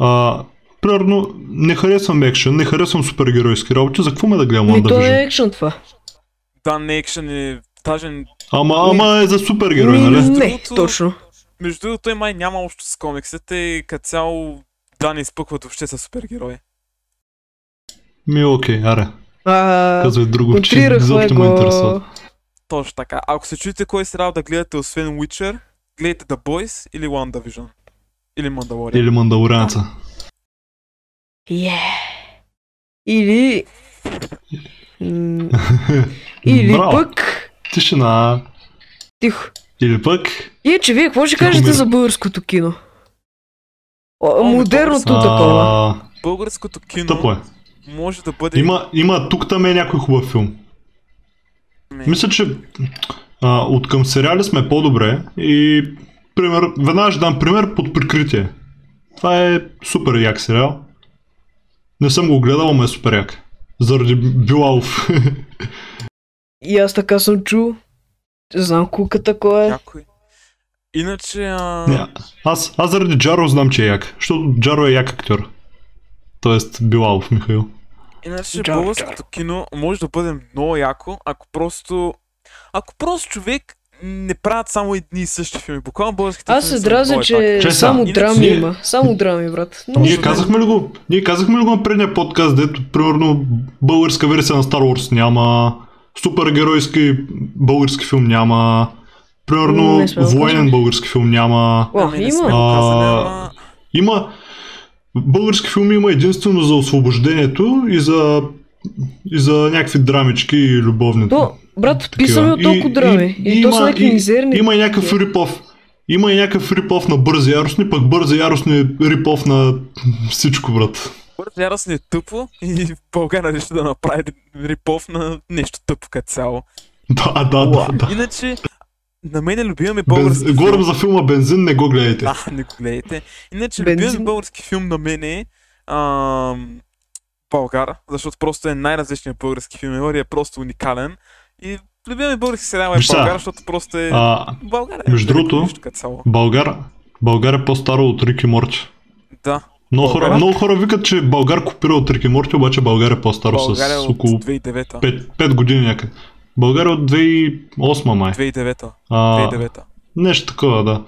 Speaker 1: А, примерно, не харесвам екшен, не харесвам супергеройски работи, за какво ме да гледам
Speaker 2: ми
Speaker 1: One
Speaker 2: то
Speaker 1: Division?
Speaker 2: е екшен това.
Speaker 3: да, не екшен е, даже не-
Speaker 1: Ама, ама е за супергерой,
Speaker 2: Ми,
Speaker 1: нали?
Speaker 2: не,
Speaker 3: Другото-
Speaker 2: точно.
Speaker 3: между другото той май няма общо с комиксите и като цяло да не изпъкват въобще с супергерои.
Speaker 1: Ми, окей, аре.
Speaker 2: А,
Speaker 1: Казвай друго, че
Speaker 2: контрирахме
Speaker 1: изобщо ме
Speaker 2: го.
Speaker 1: интересува.
Speaker 3: Точно така. Ако се чуете кой е сериал да гледате освен Witcher, гледайте The Boys или WandaVision. Или Mandalorian.
Speaker 1: Или Мандалорианца.
Speaker 2: Yeah. Или... М, Или
Speaker 1: Браво.
Speaker 2: пък...
Speaker 1: Тишина.
Speaker 2: Тихо.
Speaker 1: Или пък...
Speaker 2: И Е, че вие какво ще
Speaker 1: Тихо,
Speaker 2: кажете
Speaker 1: мир.
Speaker 2: за българското кино? О,
Speaker 3: О, ми,
Speaker 2: модерното
Speaker 3: българско-
Speaker 2: такова.
Speaker 1: А,
Speaker 3: Българското кино
Speaker 1: тъпо е.
Speaker 3: може да бъде...
Speaker 1: Има, има тук там е някой хубав филм.
Speaker 3: Ме,
Speaker 1: Мисля, че а, от към сериали сме по-добре и пример, веднага ще дам пример под прикритие. Това е супер як сериал. Не съм го гледал, ама е супер як. Заради Билалов.
Speaker 2: И аз така съм чул. Знам куката кой е.
Speaker 3: Някой. Иначе... А...
Speaker 1: Не, аз, аз заради Джаро знам, че е як. Защото Джаро е як актьор. Тоест Билалов, Михаил.
Speaker 3: Иначе
Speaker 2: Джар,
Speaker 3: българското кино може да бъде много яко, ако просто... Ако просто човек не правят само едни и същи филми. Буквално българските
Speaker 2: Аз
Speaker 3: филми
Speaker 2: се
Speaker 3: са
Speaker 2: дразня,
Speaker 3: много яки.
Speaker 2: че
Speaker 1: Чай сега.
Speaker 2: само
Speaker 3: е Иначе-
Speaker 2: драми
Speaker 1: Ние-
Speaker 2: има. Само драми, брат. Но
Speaker 1: Ние
Speaker 3: да.
Speaker 1: казахме ли го? Ние казахме ли го на предния подкаст, дето примерно българска версия на Star Wars няма, супергеройски български филм няма, примерно
Speaker 2: Не сме го
Speaker 1: военен
Speaker 2: казали.
Speaker 1: български филм няма.
Speaker 2: О,
Speaker 3: Ами не сме го
Speaker 2: има.
Speaker 3: казали,
Speaker 1: А,
Speaker 3: ама...
Speaker 1: Има български филми има единствено за освобождението и за и за някакви драмички и любовни.
Speaker 2: То, брат,
Speaker 1: такива.
Speaker 2: писаме от толкова
Speaker 1: И-
Speaker 2: драми.
Speaker 1: и-
Speaker 2: И, то са
Speaker 1: има-
Speaker 2: някакви
Speaker 1: и-
Speaker 2: мизерни.
Speaker 1: Има и някакъв
Speaker 2: такива.
Speaker 1: рипов. Има и някакъв рипов на бързи яростни, пък бързи яростни е рипов на всичко, брат.
Speaker 3: Бърз Ярос не е тъпо и България реши да направи рипов на нещо тъпо като цяло.
Speaker 1: Да, да, да, да.
Speaker 3: Иначе, на мен е любимия ми
Speaker 1: Бенз...
Speaker 3: български филм.
Speaker 1: Говорим за филма Бензин, не го гледайте.
Speaker 3: Да, не го гледайте. Иначе,
Speaker 2: Бензин.
Speaker 3: любимият ми български филм на мен е ам, Българ, защото просто е най-различният български филм. Евария е просто уникален. И любимият ми български сериал е
Speaker 1: Виж сега.
Speaker 3: Българ, защото просто е...
Speaker 1: А,
Speaker 3: България.
Speaker 1: между
Speaker 3: не е
Speaker 1: другото-
Speaker 3: нищо като цяло.
Speaker 1: Българ... Българ е по-старо от Рики Морти.
Speaker 3: Да,
Speaker 1: Много
Speaker 3: Българ?
Speaker 1: хора, много хора викат, че Българ копира от Рики Морти, обаче Българ е по-старо
Speaker 3: България е
Speaker 1: с
Speaker 3: от
Speaker 1: около
Speaker 3: 2009-та.
Speaker 1: 5, 5 години някъде. Българ е от 2008 май.
Speaker 3: 2009-та.
Speaker 1: А,
Speaker 3: 2009-та.
Speaker 1: нещо такова, да.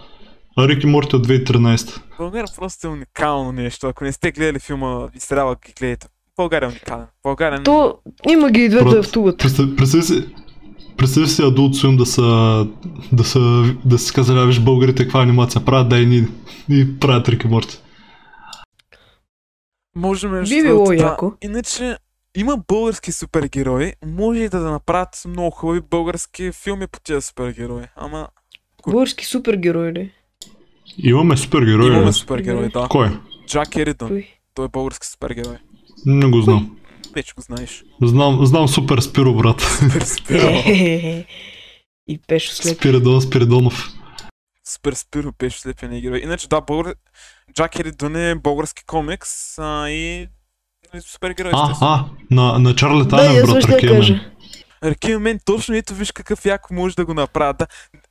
Speaker 1: А Рики Морти от 2013.
Speaker 3: България просто е уникално нещо. Ако не сте гледали филма и сериала, ги гледайте. България е уникален. България е...
Speaker 2: То има ги и двете
Speaker 1: Брат,
Speaker 2: в тугата.
Speaker 1: Представ- Представи си, представи си Adult Swim да са, да са, да си казали, а виж българите каква анимация правят, да и ни, ни правят Рики Морти.
Speaker 3: Може между
Speaker 2: Би било
Speaker 3: другото, да.
Speaker 2: яко.
Speaker 3: Иначе има български супергерои, може и да направят много хубави български филми по тези супергерои. Ама
Speaker 2: Български нали? супергерой ли?
Speaker 1: Имаме супергерои. ли?
Speaker 3: имаме супергерои, да.
Speaker 1: Кой?
Speaker 3: Джак Еридън,
Speaker 2: Той.
Speaker 3: той е български супергерой.
Speaker 1: Не го знам.
Speaker 3: Вече го знаеш.
Speaker 1: Знам, знам супер Спиро, брат.
Speaker 3: Супер, спиро.
Speaker 2: Е, И пешо след.
Speaker 1: Спиридон Спиридонов.
Speaker 3: Супер спиро беше слепения герой. Иначе да, българ... Джак Еридън е български комикс а, и нали, и супергерой.
Speaker 1: А,
Speaker 3: естествено.
Speaker 1: а, на, на Чарли
Speaker 2: Да,
Speaker 1: Тайнен,
Speaker 2: я
Speaker 1: брат,
Speaker 2: също да
Speaker 1: ръки мен.
Speaker 2: кажа.
Speaker 3: Ръки мен точно ето виж какъв яко може да го направят. Да.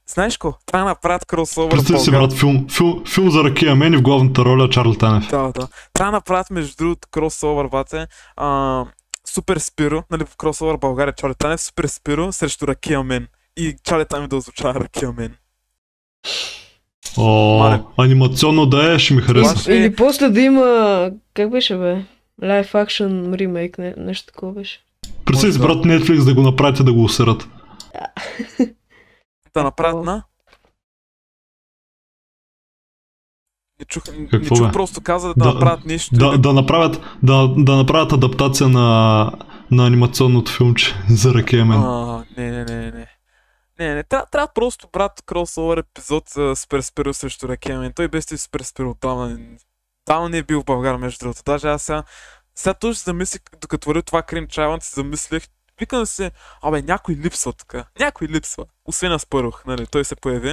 Speaker 3: Знаеш какво? Трябва да направят кросовър в
Speaker 1: Представи си,
Speaker 3: България.
Speaker 1: брат, филм, филм, филм за ръки мен и в главната роля Чарли Танев.
Speaker 3: Да, да. Трябва да направят между другото кросовър, бате. А, супер Спиро, нали в кросовър България Чарли Танев, е Супер Спиро срещу Ракия Мен. И Чарли Танев да озвучава Ракия Мен.
Speaker 1: О,
Speaker 3: Мале.
Speaker 1: анимационно да е, ще ми хареса.
Speaker 3: Плаш.
Speaker 2: И- Или после да има... Как беше, бе? Live action remake, не, нещо такова беше.
Speaker 1: Представи си,
Speaker 3: Може да.
Speaker 1: брат, Netflix да го направите да го усерат.
Speaker 3: Да направят
Speaker 2: О.
Speaker 3: на... Не чух, не
Speaker 1: Какво,
Speaker 3: чух
Speaker 1: бе?
Speaker 3: просто каза да,
Speaker 1: Да,
Speaker 3: направят нещо.
Speaker 1: Да, да, направят, да, да направят адаптация на, на анимационното филмче за ръки мен.
Speaker 3: А, не, не, не, не. Не, не, трябва, трябва просто, брат, кросовър епизод за Супер Спиро срещу Ракемен. Той без ти Супер Спиро отдавна, не- отдавна не е бил в България, между другото. Даже аз сега, сега точно се замислих, докато върви това Крим Чайланд, си замислих, Викам се, абе, някой липсва така. Някой липсва. Освен аз първах, нали, той се появи.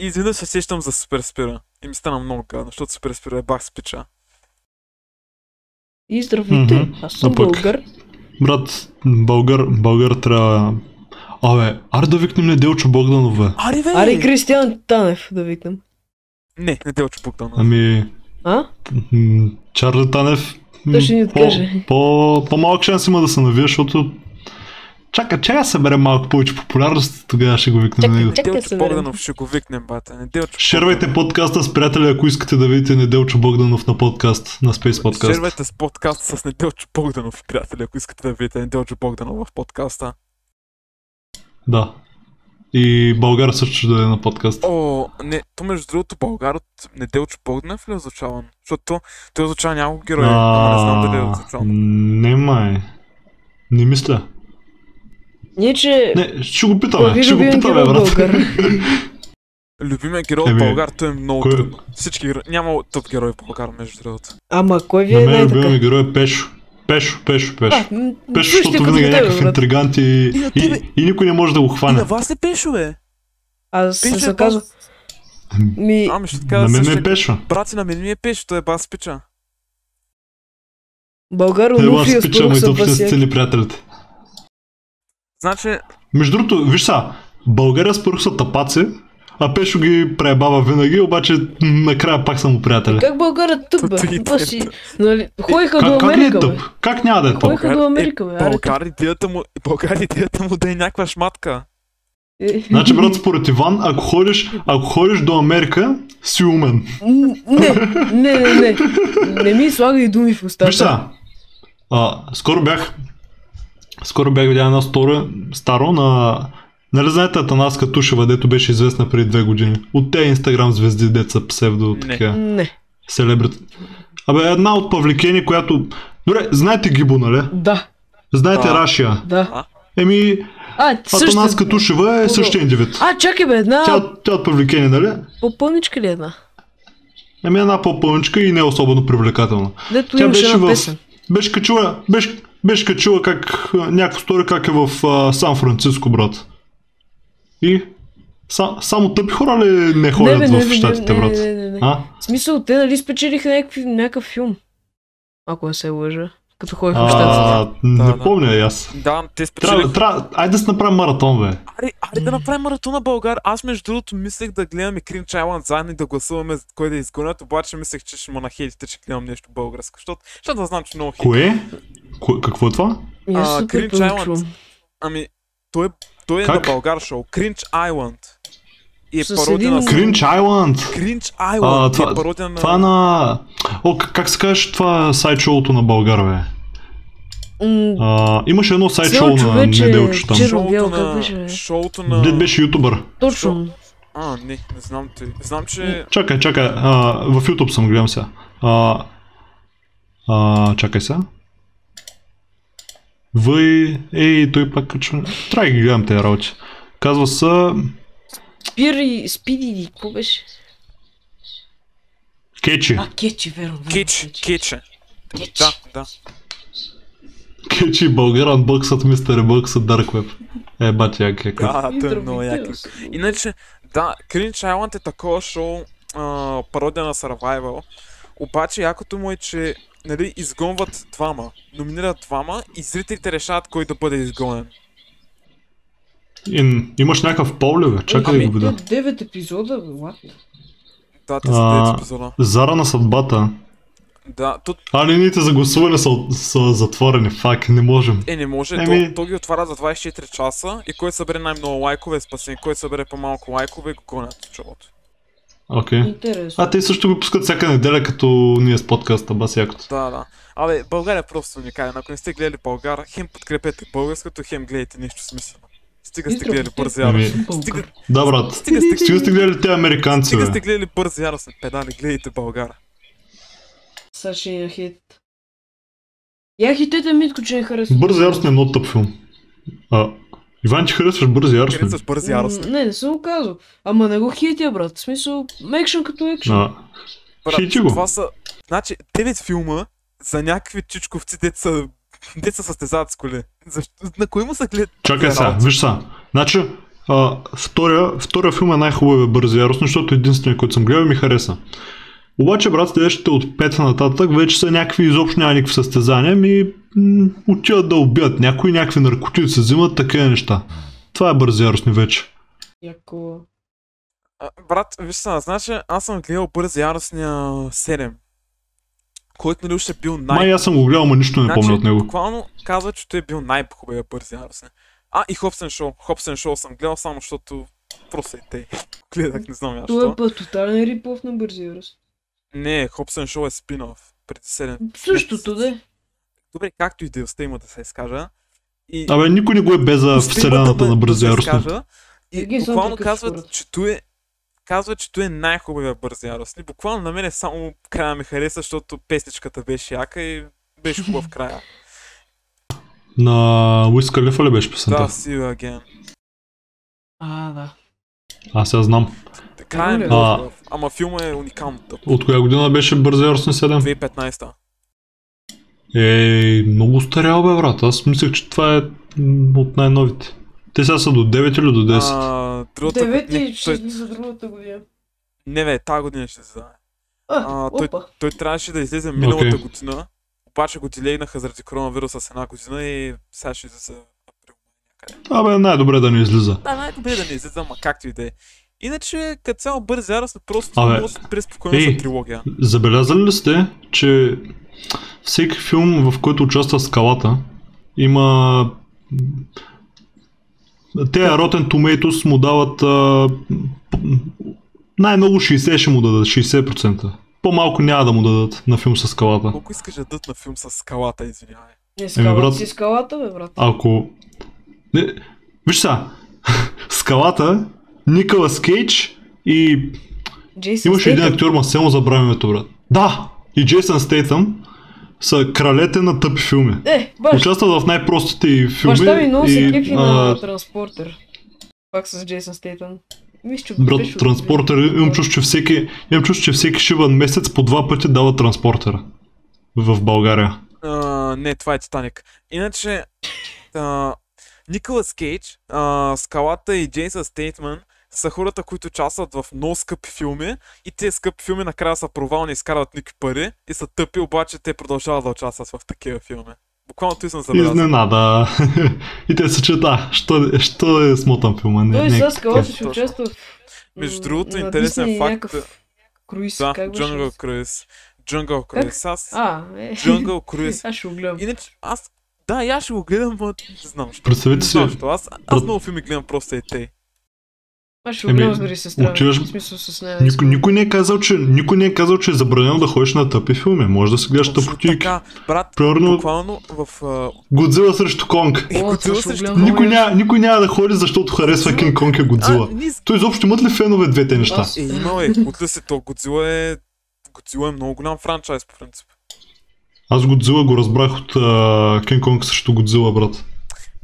Speaker 3: И изведнъж се сещам за Супер Спира. И ми стана много гадно, защото Супер Спира е бах с пича.
Speaker 2: И здравейте,
Speaker 1: Мгм.
Speaker 2: аз съм
Speaker 1: А пък-
Speaker 2: българ.
Speaker 1: Брат, българ, българ трябва... Абе, аре да викнем Неделчо Богданов, бе.
Speaker 3: Ари, бе!
Speaker 2: Ари Кристиан Танев да викнем.
Speaker 3: Не, не Делчо Богданов.
Speaker 1: Ами,
Speaker 2: А?
Speaker 1: м, Чарли Танев... м,
Speaker 2: Той ще ни
Speaker 1: по-
Speaker 2: откаже.
Speaker 1: По, по-малък шанс има да се навие, защото... Чака, чая събере малко повече популярност, тогава ще го викнем
Speaker 2: Чакай,
Speaker 1: него.
Speaker 2: чакай да се
Speaker 3: Делчо
Speaker 2: намерим.
Speaker 3: Богданов ще го викнем, бата. Не Делчо
Speaker 1: Шервайте подкаста с приятели, ако искате да видите Неделчо Богданов на подкаст, на Space Podcast.
Speaker 3: Шервайте с подкаст с Неделчо Богданов, приятели, ако искате да видите Неделчо Богданов в подкаста.
Speaker 1: Да. И Българ също ще да е на подкаст.
Speaker 3: О, не, то между другото българ от Неделчо Богданов ли е озвучаван? Защото той озвучава няколко герои, ама не знам дали е
Speaker 1: А,
Speaker 3: озвучаван.
Speaker 1: Не май. Не мисля.
Speaker 2: Ние, че...
Speaker 1: Не, ще го
Speaker 2: Лови
Speaker 1: питаме. Ще го
Speaker 2: любим
Speaker 1: питаме,
Speaker 2: герой
Speaker 1: брат.
Speaker 2: българ.
Speaker 3: Любимия герой от
Speaker 1: Еми,
Speaker 3: Българ, той е много
Speaker 1: кой-
Speaker 3: трудно. Всички герои, няма топ герой в Българ, между другото.
Speaker 2: Ама кой ви
Speaker 1: На
Speaker 2: е
Speaker 1: мен любимия
Speaker 2: най-така?
Speaker 1: герой е Пешо. Пешо, Пешо, Пешо.
Speaker 2: А, м,
Speaker 1: Пешо,
Speaker 2: чуй, ще
Speaker 1: защото
Speaker 2: като
Speaker 1: винаги е
Speaker 2: тебе,
Speaker 1: някакъв
Speaker 2: брат.
Speaker 1: интригант и,
Speaker 3: И на
Speaker 1: и,
Speaker 3: тебе.
Speaker 1: и никой не може да го
Speaker 3: И
Speaker 1: хване.
Speaker 3: на вас ли пеше, бе?
Speaker 2: Аз съм
Speaker 3: Пеше
Speaker 2: се
Speaker 3: е
Speaker 2: казал...
Speaker 3: бас.
Speaker 2: Ми,
Speaker 3: Ами ще така
Speaker 1: На
Speaker 3: да
Speaker 1: мен е
Speaker 3: същия...
Speaker 1: Пешо.
Speaker 3: Брати, на мен ми е пеше, той е бас пича.
Speaker 2: Българ
Speaker 1: Не го
Speaker 2: Олуфи
Speaker 1: аз
Speaker 2: е
Speaker 1: пичам
Speaker 2: спорък
Speaker 1: и
Speaker 2: с
Speaker 1: въобще с
Speaker 2: басяк.
Speaker 1: цели приятелите.
Speaker 3: Значи,
Speaker 1: Между другото, виж са, България спорък са тапаци, а Пешо ги преебава винаги, обаче м, накрая пак са му приятели.
Speaker 2: Как българът тъп, бе?
Speaker 3: Той е
Speaker 2: Какво си?
Speaker 3: тъп.
Speaker 2: Нали, ходиха до
Speaker 1: Как, как не е
Speaker 2: Америка, бе.
Speaker 1: тъп? Как няма да е тъп?
Speaker 2: Ходиха
Speaker 3: Българ
Speaker 2: до
Speaker 3: е
Speaker 2: Америка, бе. аре,
Speaker 3: Българ идеята му, Българ идеята му да е някаква шматка.
Speaker 2: Е,
Speaker 1: Значи, брат, според Иван, ако ходиш, ако ходиш до Америка, си умен.
Speaker 2: м, Не, не, не, не. Не ми слагай думи в
Speaker 1: Виж
Speaker 2: устата.
Speaker 1: сега, а, скоро бях, скоро бях видял една стори, старо на... Нали знаете Атанаска Тушева, дето беше известна преди две години? От те инстаграм звезди, деца псевдо,
Speaker 3: Не.
Speaker 1: така,
Speaker 2: Не.
Speaker 1: селебрит. Абе, една от павликени, която... Добре, знаете Гибо, нали?
Speaker 2: Да,
Speaker 1: Знаете
Speaker 3: Да.
Speaker 1: Рашия.
Speaker 2: да.
Speaker 1: Еми,
Speaker 2: А,
Speaker 1: Атанаска
Speaker 2: също...
Speaker 1: Тушева е
Speaker 2: Пудо.
Speaker 1: същия индивид.
Speaker 2: А, чакай бе, една
Speaker 1: Тя, тя от павликени, нали?
Speaker 2: попълничка ли е една?
Speaker 1: Еми една по-пълничка и не е особено привлекателна.
Speaker 2: Дето
Speaker 1: Тя
Speaker 2: имаше
Speaker 1: беше
Speaker 2: една
Speaker 1: в-
Speaker 2: песен.
Speaker 1: Беше качила, беше, беше качила как а, някаква стори как е в а, Сан Франциско, брат. И са, само тъпи хора ли не ходят
Speaker 2: бе,
Speaker 1: в
Speaker 2: бе,
Speaker 1: щатите,
Speaker 2: не,
Speaker 1: брат?
Speaker 2: не, не, не.
Speaker 1: А?
Speaker 2: В смисъл, те нали спечелиха някакви, някакъв филм? Ако не се лъжа. Като ходих в щатите.
Speaker 1: а не
Speaker 3: Да, да.
Speaker 1: помня и аз.
Speaker 3: Да, те
Speaker 1: Трябва,
Speaker 3: спечелиха
Speaker 1: трябва, айде да си направим маратон, бе.
Speaker 3: Аре, аре да направим маратона Българ. Аз между другото мислех да гледаме Кринч Айланд заедно и да гласуваме за кой да изгонят, обаче мислех, че ще му нахейтите, че гледам нещо българско. Защото, защото да знам, че много хейт.
Speaker 1: Кое? Кое? Какво е това?
Speaker 2: И аз
Speaker 3: а,
Speaker 2: супер
Speaker 3: Green
Speaker 2: пълничко
Speaker 3: Giant.
Speaker 2: чувам.
Speaker 3: Ами, той, е- той е
Speaker 1: Как?
Speaker 3: на Българ шоу. Кринч Айланд. И е
Speaker 2: С
Speaker 3: пародия
Speaker 2: един-
Speaker 3: на...
Speaker 1: Кринч Айланд.
Speaker 3: Кринч
Speaker 1: А,
Speaker 3: Айланд.
Speaker 1: това,
Speaker 3: е пародия на...
Speaker 1: това на... О, к- как се казваш това сайт-шоуто на Българ, бе?
Speaker 2: М,
Speaker 1: А, имаше едно сайт-шоу
Speaker 2: Цел
Speaker 1: на
Speaker 2: човече,
Speaker 1: неделчо там.
Speaker 2: черно бяло,
Speaker 3: Шоуто
Speaker 2: как
Speaker 3: на...
Speaker 2: беше, бе?
Speaker 3: Шоуто на...
Speaker 1: Дед беше ютубър.
Speaker 2: Точно.
Speaker 3: А, не, не знам ти. Знам, че...
Speaker 1: Чакай, чакай, а, в YouTube съм, гледам сега. А, а, чакай сега. Въй, ей, той пак качва. Трябва да ги гледам тези работи. Казва се
Speaker 2: Спир и спиди, и какво беше?
Speaker 1: Кечи.
Speaker 2: А, кечи, верно. верно,
Speaker 3: Кич, киче.
Speaker 2: Кечи.
Speaker 3: Да, да.
Speaker 1: Кечи Българан боксът, мистер боксът, Dark Web. Е, бати, як е как.
Speaker 3: Да,
Speaker 2: И
Speaker 3: той е
Speaker 2: другите
Speaker 3: много яки.
Speaker 2: са.
Speaker 3: Иначе, да, Кринч Айланд е такова шоу, а, пародия на Survival. Обаче, якото му е, че нали, изгонват двама, номинират двама и зрителите решават кой да бъде изгонен.
Speaker 1: Ин, имаш някакъв пол ли, бе? Чакай да
Speaker 2: Ами,
Speaker 1: го видя.
Speaker 2: 9 епизода, бе, what?
Speaker 1: Е.
Speaker 3: Да, те са
Speaker 1: А.
Speaker 3: 9 епизода.
Speaker 1: Зара на съдбата.
Speaker 3: Да, тут
Speaker 1: А линиите за гласуване са, са затворени, фак, не можем.
Speaker 3: е, не може,
Speaker 1: Еми-
Speaker 3: то, то ги отваря за 24 часа и кой събере най-много лайкове е спасен, кой събере по-малко лайкове го гонят от шоуто.
Speaker 1: Окей.
Speaker 2: Интересно.
Speaker 1: А те също го пускат всяка неделя, като ние с подкаста, бас якото.
Speaker 3: Да, да. Абе, България е просто уникален. Ако не сте гледали Българ, хем подкрепете българското, хем гледайте нещо смислено. Стига сте гледали бързи
Speaker 1: Ами,
Speaker 3: Стига,
Speaker 1: Да, брат.
Speaker 3: Стига сте,
Speaker 1: Стига сте гледали те американци,
Speaker 3: стига сте
Speaker 1: бе.
Speaker 3: гледали бързи яростни педали, гледайте Българ.
Speaker 2: Сега ще я хит. Я хитете Митко, че не харесва.
Speaker 1: Бързи яростни е много тъп филм. А, Иван, ти харесваш бързи яростни?
Speaker 3: Харесваш бързи
Speaker 2: М,
Speaker 3: яростни.
Speaker 2: Не, не съм го казал. Ама не го хитя, брат. В смисъл, екшен като екшен.
Speaker 1: А,
Speaker 3: Брат,
Speaker 1: Хичи го.
Speaker 3: това са... Значи, 9 филма за някакви чичковци, деца са Те се състезават с коли. Защо? На кои му са гледат?
Speaker 1: Чакай сега, виж сега. Значи, а, втория, втория филм е най-хубавия бързи яростно, защото единствения, който съм гледал, ми хареса. Обаче, брат, следващите от пета нататък вече са някакви изобщо няма никакви състезания, ми м- отиват да убият някои, някакви наркотици се взимат, такива неща. Това е бързи яростни вече.
Speaker 2: Яко...
Speaker 3: А, брат, виж сега, значи аз съм гледал бърз яростния 7. Който нали още е бил най... Значи,
Speaker 1: Май аз съм го гледал, но нищо не помня от него.
Speaker 3: буквално казва, че той е бил най-хубавия бърз яростен. А, и Хобсен Шоу. Хобсен Шоу съм гледал само, защото просто е тъй. Гледах, не знам я
Speaker 2: Това е
Speaker 3: що.
Speaker 2: път тотален рипов на бързи яростни.
Speaker 3: Не, Хобсен Шоу е спин-офф. Преди 7.
Speaker 2: Същото да е.
Speaker 3: Добре, както и да има да се изкажа. И...
Speaker 1: Абе, никой не го е без за
Speaker 3: успиват
Speaker 1: вселената
Speaker 3: да-
Speaker 1: на
Speaker 3: да
Speaker 1: бързи
Speaker 3: се
Speaker 1: яростни.
Speaker 3: изкажа.
Speaker 2: Сергей,
Speaker 3: И
Speaker 2: само
Speaker 3: буквално
Speaker 2: прекъсва
Speaker 3: казват,
Speaker 2: хората.
Speaker 3: че той е казва, че той е най-хубавия бърз яростни. Буквално на мен е само края ми хареса, защото песничката беше яка и беше хубав края.
Speaker 1: На Уис Калифа ли беше песента?
Speaker 3: да, see you again.
Speaker 2: А, да.
Speaker 1: Аз сега знам.
Speaker 3: Края е
Speaker 2: Добре.
Speaker 3: много
Speaker 1: А.
Speaker 3: хубав. Ама филма е уникално тъп.
Speaker 1: От коя година беше бързи яростни 7?
Speaker 3: 2015-та.
Speaker 1: Ей, Е, много устарял бе, брат. Аз мислех, че това е м, от най-новите. Те сега са до 9 или до 10?
Speaker 3: А, другата...
Speaker 2: Девет
Speaker 3: не,
Speaker 2: и ще
Speaker 3: той-
Speaker 2: излиза другата година.
Speaker 3: Не, бе, тази година ще излезе.
Speaker 2: А,
Speaker 3: А, той,
Speaker 2: опа.
Speaker 3: той трябваше да излезе миналата
Speaker 1: Окей.
Speaker 3: година, обаче го дилейнаха заради коронавируса с една година и сега ще излезе април.
Speaker 1: Абе, най-добре е да не излиза.
Speaker 3: Да, най-добре да не излезе, ама както и да е. Иначе, като цяло бърз яростно, просто
Speaker 1: Абе,
Speaker 3: може преспокойно
Speaker 1: ей.
Speaker 3: са трилогия.
Speaker 1: Забелязали ли сте, че всеки филм, в който участва скалата, има... м, Те Rotten Tomatoes му дават а... м, най-много 60 ще му дадат, 60%. По-малко няма да му дадат на филм с скалата.
Speaker 3: Колко искаш да дадат на филм с скалата, извинявай.
Speaker 2: Не скалата
Speaker 1: брат.
Speaker 2: си скалата, бе, брат.
Speaker 1: Ако... Не... Виж сега, скалата, Николас Кейдж и
Speaker 2: Джейсън
Speaker 1: Имаше един
Speaker 2: Стейтъм.
Speaker 1: актьор, ма само забравя името, брат. Да! И Джейсън Стейтъм са кралете на тъпи филми.
Speaker 2: Е, баш,
Speaker 1: Участват в най-простите и филми.
Speaker 2: баща ми много се кефи
Speaker 1: а,
Speaker 2: на Транспортер. Пак с Джейсън Стейтън. Мисля, че
Speaker 1: Брат,
Speaker 2: беше от-
Speaker 1: транспортер, имам чувство, че всеки, имам чувство, че всеки шибан месец по два пъти дава транспортера. В България.
Speaker 3: А, не, това е Титаник. Иначе, а, Николас Кейдж, а, Скалата и Джейсън Стейтман са хората, които участват в много скъпи филми и тези скъпи филми накрая са провални, изкарват никакви пари и са тъпи, обаче те продължават да участват в такива филми. Буквално той съм забелязал.
Speaker 1: Изненада. и те се чета, а, що, що е смотан филма? Не,
Speaker 2: Той
Speaker 1: не,
Speaker 2: сега
Speaker 1: е
Speaker 2: скалата
Speaker 1: такъв.
Speaker 2: ще
Speaker 3: Точно.
Speaker 2: участва в...
Speaker 3: Между
Speaker 2: м,
Speaker 3: другото,
Speaker 2: на
Speaker 3: интересен
Speaker 2: Дисни
Speaker 3: факт-
Speaker 2: някакъв Круиз,
Speaker 3: Да,
Speaker 2: как беше?
Speaker 3: Джунгъл Круиз. Джунгъл Круиз. Аз...
Speaker 2: А, е.
Speaker 3: Джунгъл Круиз.
Speaker 2: Аз ще го гледам.
Speaker 3: Иначе, аз... Да, и аз ще го гледам, но не знам защо. Не
Speaker 1: Представете си,
Speaker 3: знам защо. Аз, аз много филми гледам просто е те.
Speaker 2: Аз ще
Speaker 1: Еми,
Speaker 2: го гледам с дори сестра.
Speaker 1: отиваш-
Speaker 2: В смисъл с нея.
Speaker 1: никой, никой, не е казал, че, никой не е казал, че е забранено да ходиш на тъпи филми. Може да си гледаш
Speaker 3: Точно
Speaker 1: тъпотики.
Speaker 3: Така, брат,
Speaker 1: Примерно,
Speaker 3: буквално в... а,
Speaker 1: Годзила срещу Конг.
Speaker 3: Е,
Speaker 2: О,
Speaker 3: Годзила
Speaker 2: това ще
Speaker 3: срещу
Speaker 2: гледам.
Speaker 3: Конг.
Speaker 1: Никой, ня, никой няма да ходи, защото харесва Кинг Конг и Годзила.
Speaker 3: А, ние с-
Speaker 1: Той изобщо имат ли фенове двете неща?
Speaker 2: Аз-
Speaker 3: Е, имал е, кутля се, то Годзила е... Годзила е много голям франчайз, по принцип.
Speaker 1: Аз Годзила го разбрах от а, Кинг Конг срещу Годзила, брат.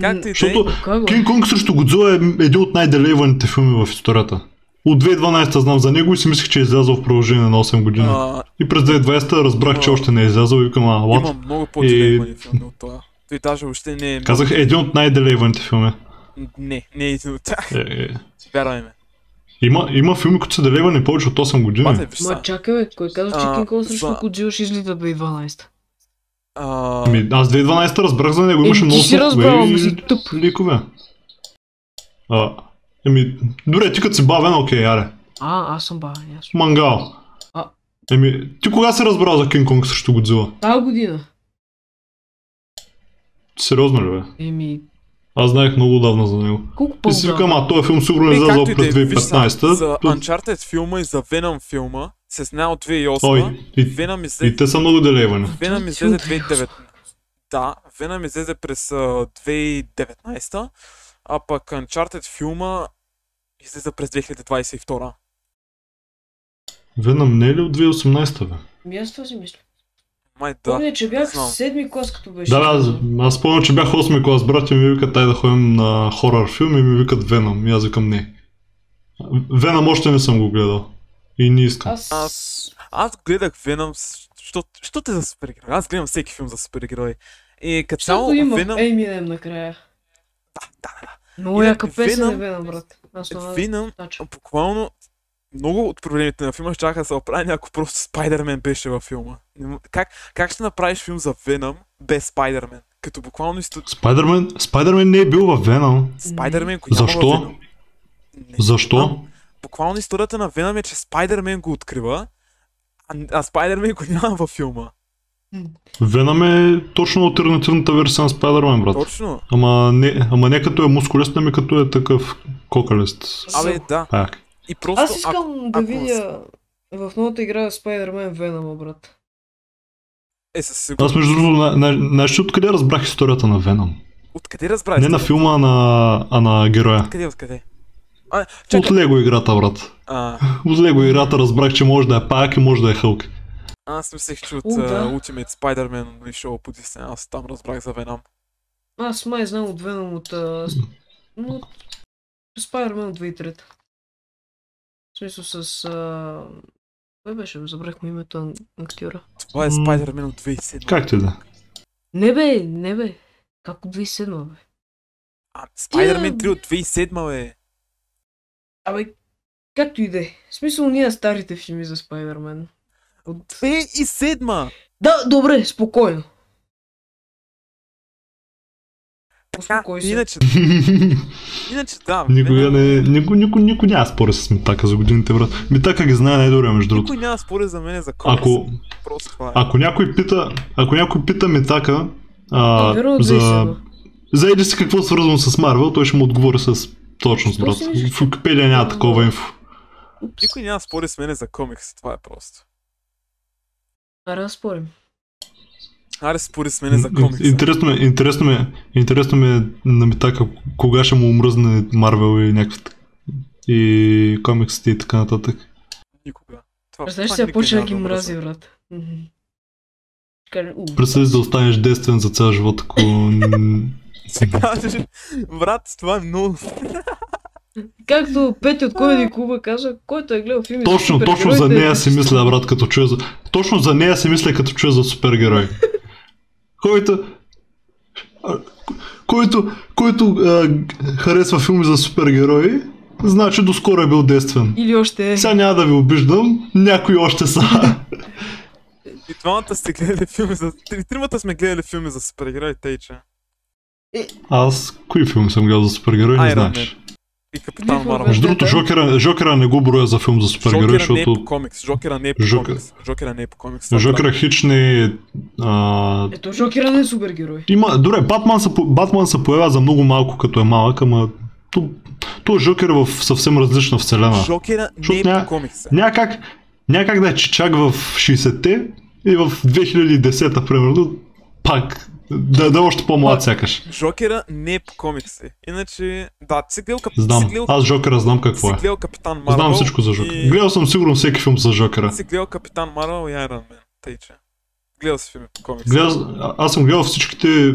Speaker 3: Както и да е,
Speaker 1: Защото
Speaker 2: Как го?
Speaker 1: Кинг Конг срещу Годзила е един от най-делейваните филми в историята. От 2012 знам за него и си мислех, че е излязъл в продължение на 8 години.
Speaker 3: а,
Speaker 1: И през 2020 разбрах, че
Speaker 3: а,
Speaker 1: още не е излязъл и викам, а,
Speaker 3: има
Speaker 1: what?
Speaker 3: много по-дилемани филми от това. Той даже въобще не е...
Speaker 1: е- Казах, един от най-делейваните филми.
Speaker 3: Не, не е един от тях.
Speaker 1: Е, е.
Speaker 3: Вярвай ме.
Speaker 1: Има, има филми, които са делейвани повече от 8 години.
Speaker 3: Бате, виж са.
Speaker 2: Ма чакай, бе, кой каза, че
Speaker 3: А,
Speaker 2: Кинг Конг
Speaker 3: за-
Speaker 2: срещу Коджил ще излиза 2012?
Speaker 3: А,
Speaker 1: Ами, аз 2012 разбрах за него,
Speaker 2: Е,
Speaker 1: имаше
Speaker 2: ти
Speaker 1: много
Speaker 2: си разбрал, ама
Speaker 1: и
Speaker 2: си тъп.
Speaker 1: ликове. А, еми, добре, ти като си бавен, окей, аре.
Speaker 2: А, аз съм ба, ясно.
Speaker 1: Мангал.
Speaker 2: А.
Speaker 1: Еми, ти кога си разбрал за Кинг Конг срещу Годзила?
Speaker 2: Тая година.
Speaker 1: Сериозно ли бе?
Speaker 2: Еми,
Speaker 1: Аз знаех много давна за него.
Speaker 2: колко
Speaker 1: И си
Speaker 2: по-добре?
Speaker 1: викам, а този филм сигурно е
Speaker 3: е,
Speaker 1: излязъл
Speaker 3: както и да е,
Speaker 1: през
Speaker 3: виж са,
Speaker 1: 2015-та.
Speaker 3: за
Speaker 1: Тут-
Speaker 3: Uncharted филма и за Venom филма се знае от 2008.
Speaker 1: Ой, и,
Speaker 3: Venom
Speaker 1: и
Speaker 3: излезе
Speaker 1: те са много делейвани.
Speaker 3: Венам
Speaker 2: Ти
Speaker 3: излезе
Speaker 2: от
Speaker 3: 2009. Да, Венам излезе през а, 2019, а пък Uncharted филма излезе през 2022.
Speaker 1: Веном не е ли от 2018-та бе?
Speaker 2: Ами аз това си мисля.
Speaker 3: Май да.
Speaker 2: Помня, че бях
Speaker 3: знам.
Speaker 2: в седми клас, като беше.
Speaker 1: Да, бе, аз, аз спомням, че бях 8 клас, брат и ми викат, тай да ходим на хорър филм и ми викат Веном. И аз викам не. Веном още не съм го гледал. И не искам.
Speaker 2: Аз...
Speaker 3: Аз гледах Венам, защото те за супергерой. Аз гледам всеки филм за супергерой. И като
Speaker 2: Защото
Speaker 3: цяло
Speaker 2: има Е,
Speaker 3: Venom...
Speaker 2: Eminem накрая.
Speaker 3: Да, да, да.
Speaker 2: Много
Speaker 3: Иначе
Speaker 2: яка песен е
Speaker 3: Venom-
Speaker 2: Venom, брат. Аз това Значи.
Speaker 3: Venom
Speaker 2: тача.
Speaker 3: буквално много от проблемите на филма ще да се оправят, ако просто Спайдермен беше във филма. Не м- Как, как ще направиш филм за Веном без Спайдермен? Като буквално и сто-
Speaker 1: Спайдермен, Спайдермен не е бил във Веном.
Speaker 3: Спайдермен, го няма
Speaker 1: Защо?
Speaker 3: във Веном. Не
Speaker 1: Защо?
Speaker 3: знам. Буквално историята на Веном е, че Спайдермен го открива, а, а Спайдермен го няма във филма.
Speaker 1: Веном е точно альтернативната версия на Спайдермен, брат.
Speaker 3: Точно.
Speaker 1: Ама не, ама не като е мускулест, ами като е такъв кокалест.
Speaker 3: Абе, да.
Speaker 1: Пак.
Speaker 3: И просто...
Speaker 2: Аз искам да
Speaker 3: ако-
Speaker 2: видя в новата игра Spider-Man Venom, брат.
Speaker 3: а- Е, със
Speaker 1: Аз
Speaker 3: сигурност.
Speaker 1: между другото, на- на- знаеш ли откъде разбрах историята на Веном?
Speaker 3: Откъде разбрах?
Speaker 1: Не на филма, а на, а на героя.
Speaker 3: Откъде, откъде? А,
Speaker 1: От
Speaker 3: чакай.
Speaker 1: Лего играта, брат.
Speaker 3: А,
Speaker 1: От Лего играта разбрах, че може да е пак и може да е Хълк.
Speaker 3: аз мислех, че от
Speaker 2: О, да.
Speaker 3: а, Ultimate Spider-Man и шоу по Disney, аз там разбрах за Веном.
Speaker 2: Аз май знам от Venom от... а, с- но от Spider-Man от 2003. В смисъл с... а, Кой беше? Забрахме името на актьора.
Speaker 3: Това е
Speaker 1: М.
Speaker 3: Spider-Man от 2007.
Speaker 1: Как ти да?
Speaker 2: Не бе, не бе. Как от 2007 бе?
Speaker 3: А, Spider-Man 3 от 2007, бе.
Speaker 2: Абе, както и да е. В смисъл ние старите филми за Spider-Man. От...
Speaker 3: 2007!
Speaker 2: Да, добре, спокойно.
Speaker 3: Така,
Speaker 2: Успокой се.
Speaker 3: иначе, иначе да.
Speaker 1: никога
Speaker 3: Веном-
Speaker 1: не, е никой, никой, никой няма спори с Митака за годините, брат. Митака ги знае най-добре, между другото.
Speaker 3: Никой няма спори за мен за комикс.
Speaker 1: Ако,
Speaker 3: Просто това е.
Speaker 1: ако някой пита, ако някой пита Митака а,
Speaker 2: Верно от
Speaker 1: за
Speaker 2: 2007.
Speaker 1: Заеди се какво е свързано с Марвел, той ще му отговори с точност, брат.
Speaker 2: Просто мисля, че-
Speaker 1: В Википедия няма такова инфо.
Speaker 2: Упс.
Speaker 3: Никой няма спори с мене за комикс, това е просто.
Speaker 2: Аре да спорим.
Speaker 3: Аре спори с мене е за комикс.
Speaker 1: Интересно ми, интересно ми, интересно ми е на Митака кога ще му омръзне Марвел и някакви так- и комиксите и така нататък.
Speaker 3: Никога. Това,
Speaker 2: Представяш
Speaker 3: това
Speaker 2: се,
Speaker 3: никой
Speaker 2: почне да
Speaker 3: няма
Speaker 2: ги мрази,
Speaker 3: образува.
Speaker 2: брат. Мгм. Ще Каже, у,
Speaker 1: Представи си да останеш действен за цял живот, ако... н-
Speaker 3: Ще кажеш, брат, това е много...
Speaker 2: Както Пети от Комеди Клуба каза, който е гледал филми
Speaker 1: Точно,
Speaker 2: за
Speaker 1: точно за
Speaker 2: супергероите,
Speaker 1: нея си мисля, брат, като чуя за... Точно за нея си мисля, като чуя за супергерой. Който... а, Който, който а, харесва филми за супергерои, значи доскоро е бил действен.
Speaker 2: Или още е.
Speaker 1: Сега няма да ви обиждам, някои още са.
Speaker 3: И двамата сте гледали филми за... Три, тримата сме гледали филми за супергерои, тейче.
Speaker 1: Аз кои филми съм гледал за супергерои, не
Speaker 3: Iron
Speaker 1: знаеш.
Speaker 3: И Капитан
Speaker 2: Биф
Speaker 3: Марвел.
Speaker 2: Марвел.
Speaker 1: Между другото, Жокера, Жокера не го броя за филм за супергерои,
Speaker 3: Жокера не е
Speaker 1: защото
Speaker 3: по комикс. Жокера не е по
Speaker 1: Жока-
Speaker 3: комикс. Жокера не е по комикс.
Speaker 1: Жокера хич не е... а,
Speaker 2: Ето, Жокера не е супергерой.
Speaker 1: Има, добре, Батман се, по- Батман се появява за много малко, като е малък, ама то, то Жокер е в съвсем различна вселена.
Speaker 3: Жокера не е
Speaker 1: Защото няма-
Speaker 3: по комикса.
Speaker 1: Някак, някак да е чичак в 60-те и в 2010-та, примерно, пак да, да е още по-млад
Speaker 2: Пак.
Speaker 1: сякаш.
Speaker 3: Жокера не е по комикси. Иначе, да, ти си гледал, кап... си
Speaker 1: Знам,
Speaker 3: гледал,
Speaker 1: аз Жокера знам какво
Speaker 3: си
Speaker 1: е.
Speaker 3: гледал Капитан Марвел.
Speaker 1: Знам всичко за Жокера.
Speaker 3: и-
Speaker 1: Гледал съм сигурно всеки филм за Жокера.
Speaker 3: Си гледал Капитан Марвел и Iron Man. Тейче. Гледал си филми по комикс.
Speaker 1: Гледал, а- аз съм гледал всичките...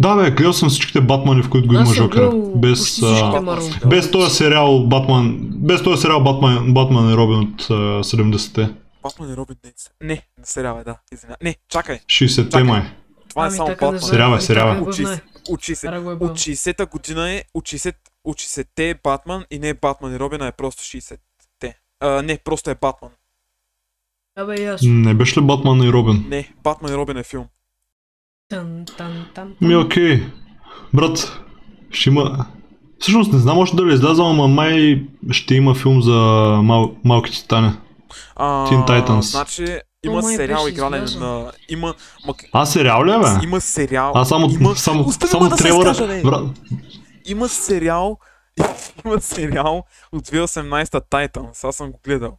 Speaker 1: Да, бе, гледал съм всичките Батмани, в които го
Speaker 2: Аз
Speaker 1: има
Speaker 2: съм
Speaker 1: Жокера.
Speaker 2: гледал
Speaker 1: Без,
Speaker 2: почти всички
Speaker 1: а,
Speaker 2: Марвел.
Speaker 1: Без този сериал Батман, без този сериал Батман, Батман и Робин от а, 70-те,
Speaker 3: Батман и Робин Дейнс. Не, не сериал е, да. Извиня. Не, чакай.
Speaker 1: 60-те
Speaker 3: Чакай.
Speaker 1: май.
Speaker 3: Това е
Speaker 2: Ами,
Speaker 3: само
Speaker 2: така не
Speaker 3: Батман.
Speaker 2: знам.
Speaker 1: Сериал е,
Speaker 2: Ами,
Speaker 1: сериал е.
Speaker 2: така не го
Speaker 3: Учи
Speaker 2: знае.
Speaker 3: се. Учи се.
Speaker 2: Ара го е бал.
Speaker 3: От 60-та година е, от 60 от 60-те е Батман и не е Батман и Робин, а е просто 60-те. А, не, просто е Батман.
Speaker 2: Абе, ясно.
Speaker 1: Не беше ли Батман и Робин?
Speaker 3: Не, Батман и Робин е филм.
Speaker 2: Тан, тан, тан.
Speaker 1: Ми окей. Брат, ще има... Всъщност не знам още дали е излязъл, ама май ще има филм за мал... малки титани.
Speaker 3: А,
Speaker 1: Teen Titans.
Speaker 3: Значи има
Speaker 2: То май
Speaker 3: сериал
Speaker 2: беше
Speaker 3: игрален
Speaker 2: излязъл.
Speaker 3: на... Има, ма,
Speaker 1: А, сериал ли е, бе?
Speaker 3: има сериал...
Speaker 1: Аз само,
Speaker 3: има...
Speaker 1: само,
Speaker 3: Остави ме
Speaker 1: само
Speaker 3: да се
Speaker 1: трейлера...
Speaker 3: изкажа, бе.
Speaker 1: брат,
Speaker 3: Има сериал... има сериал от 2018-та Titans. Аз съм го гледал.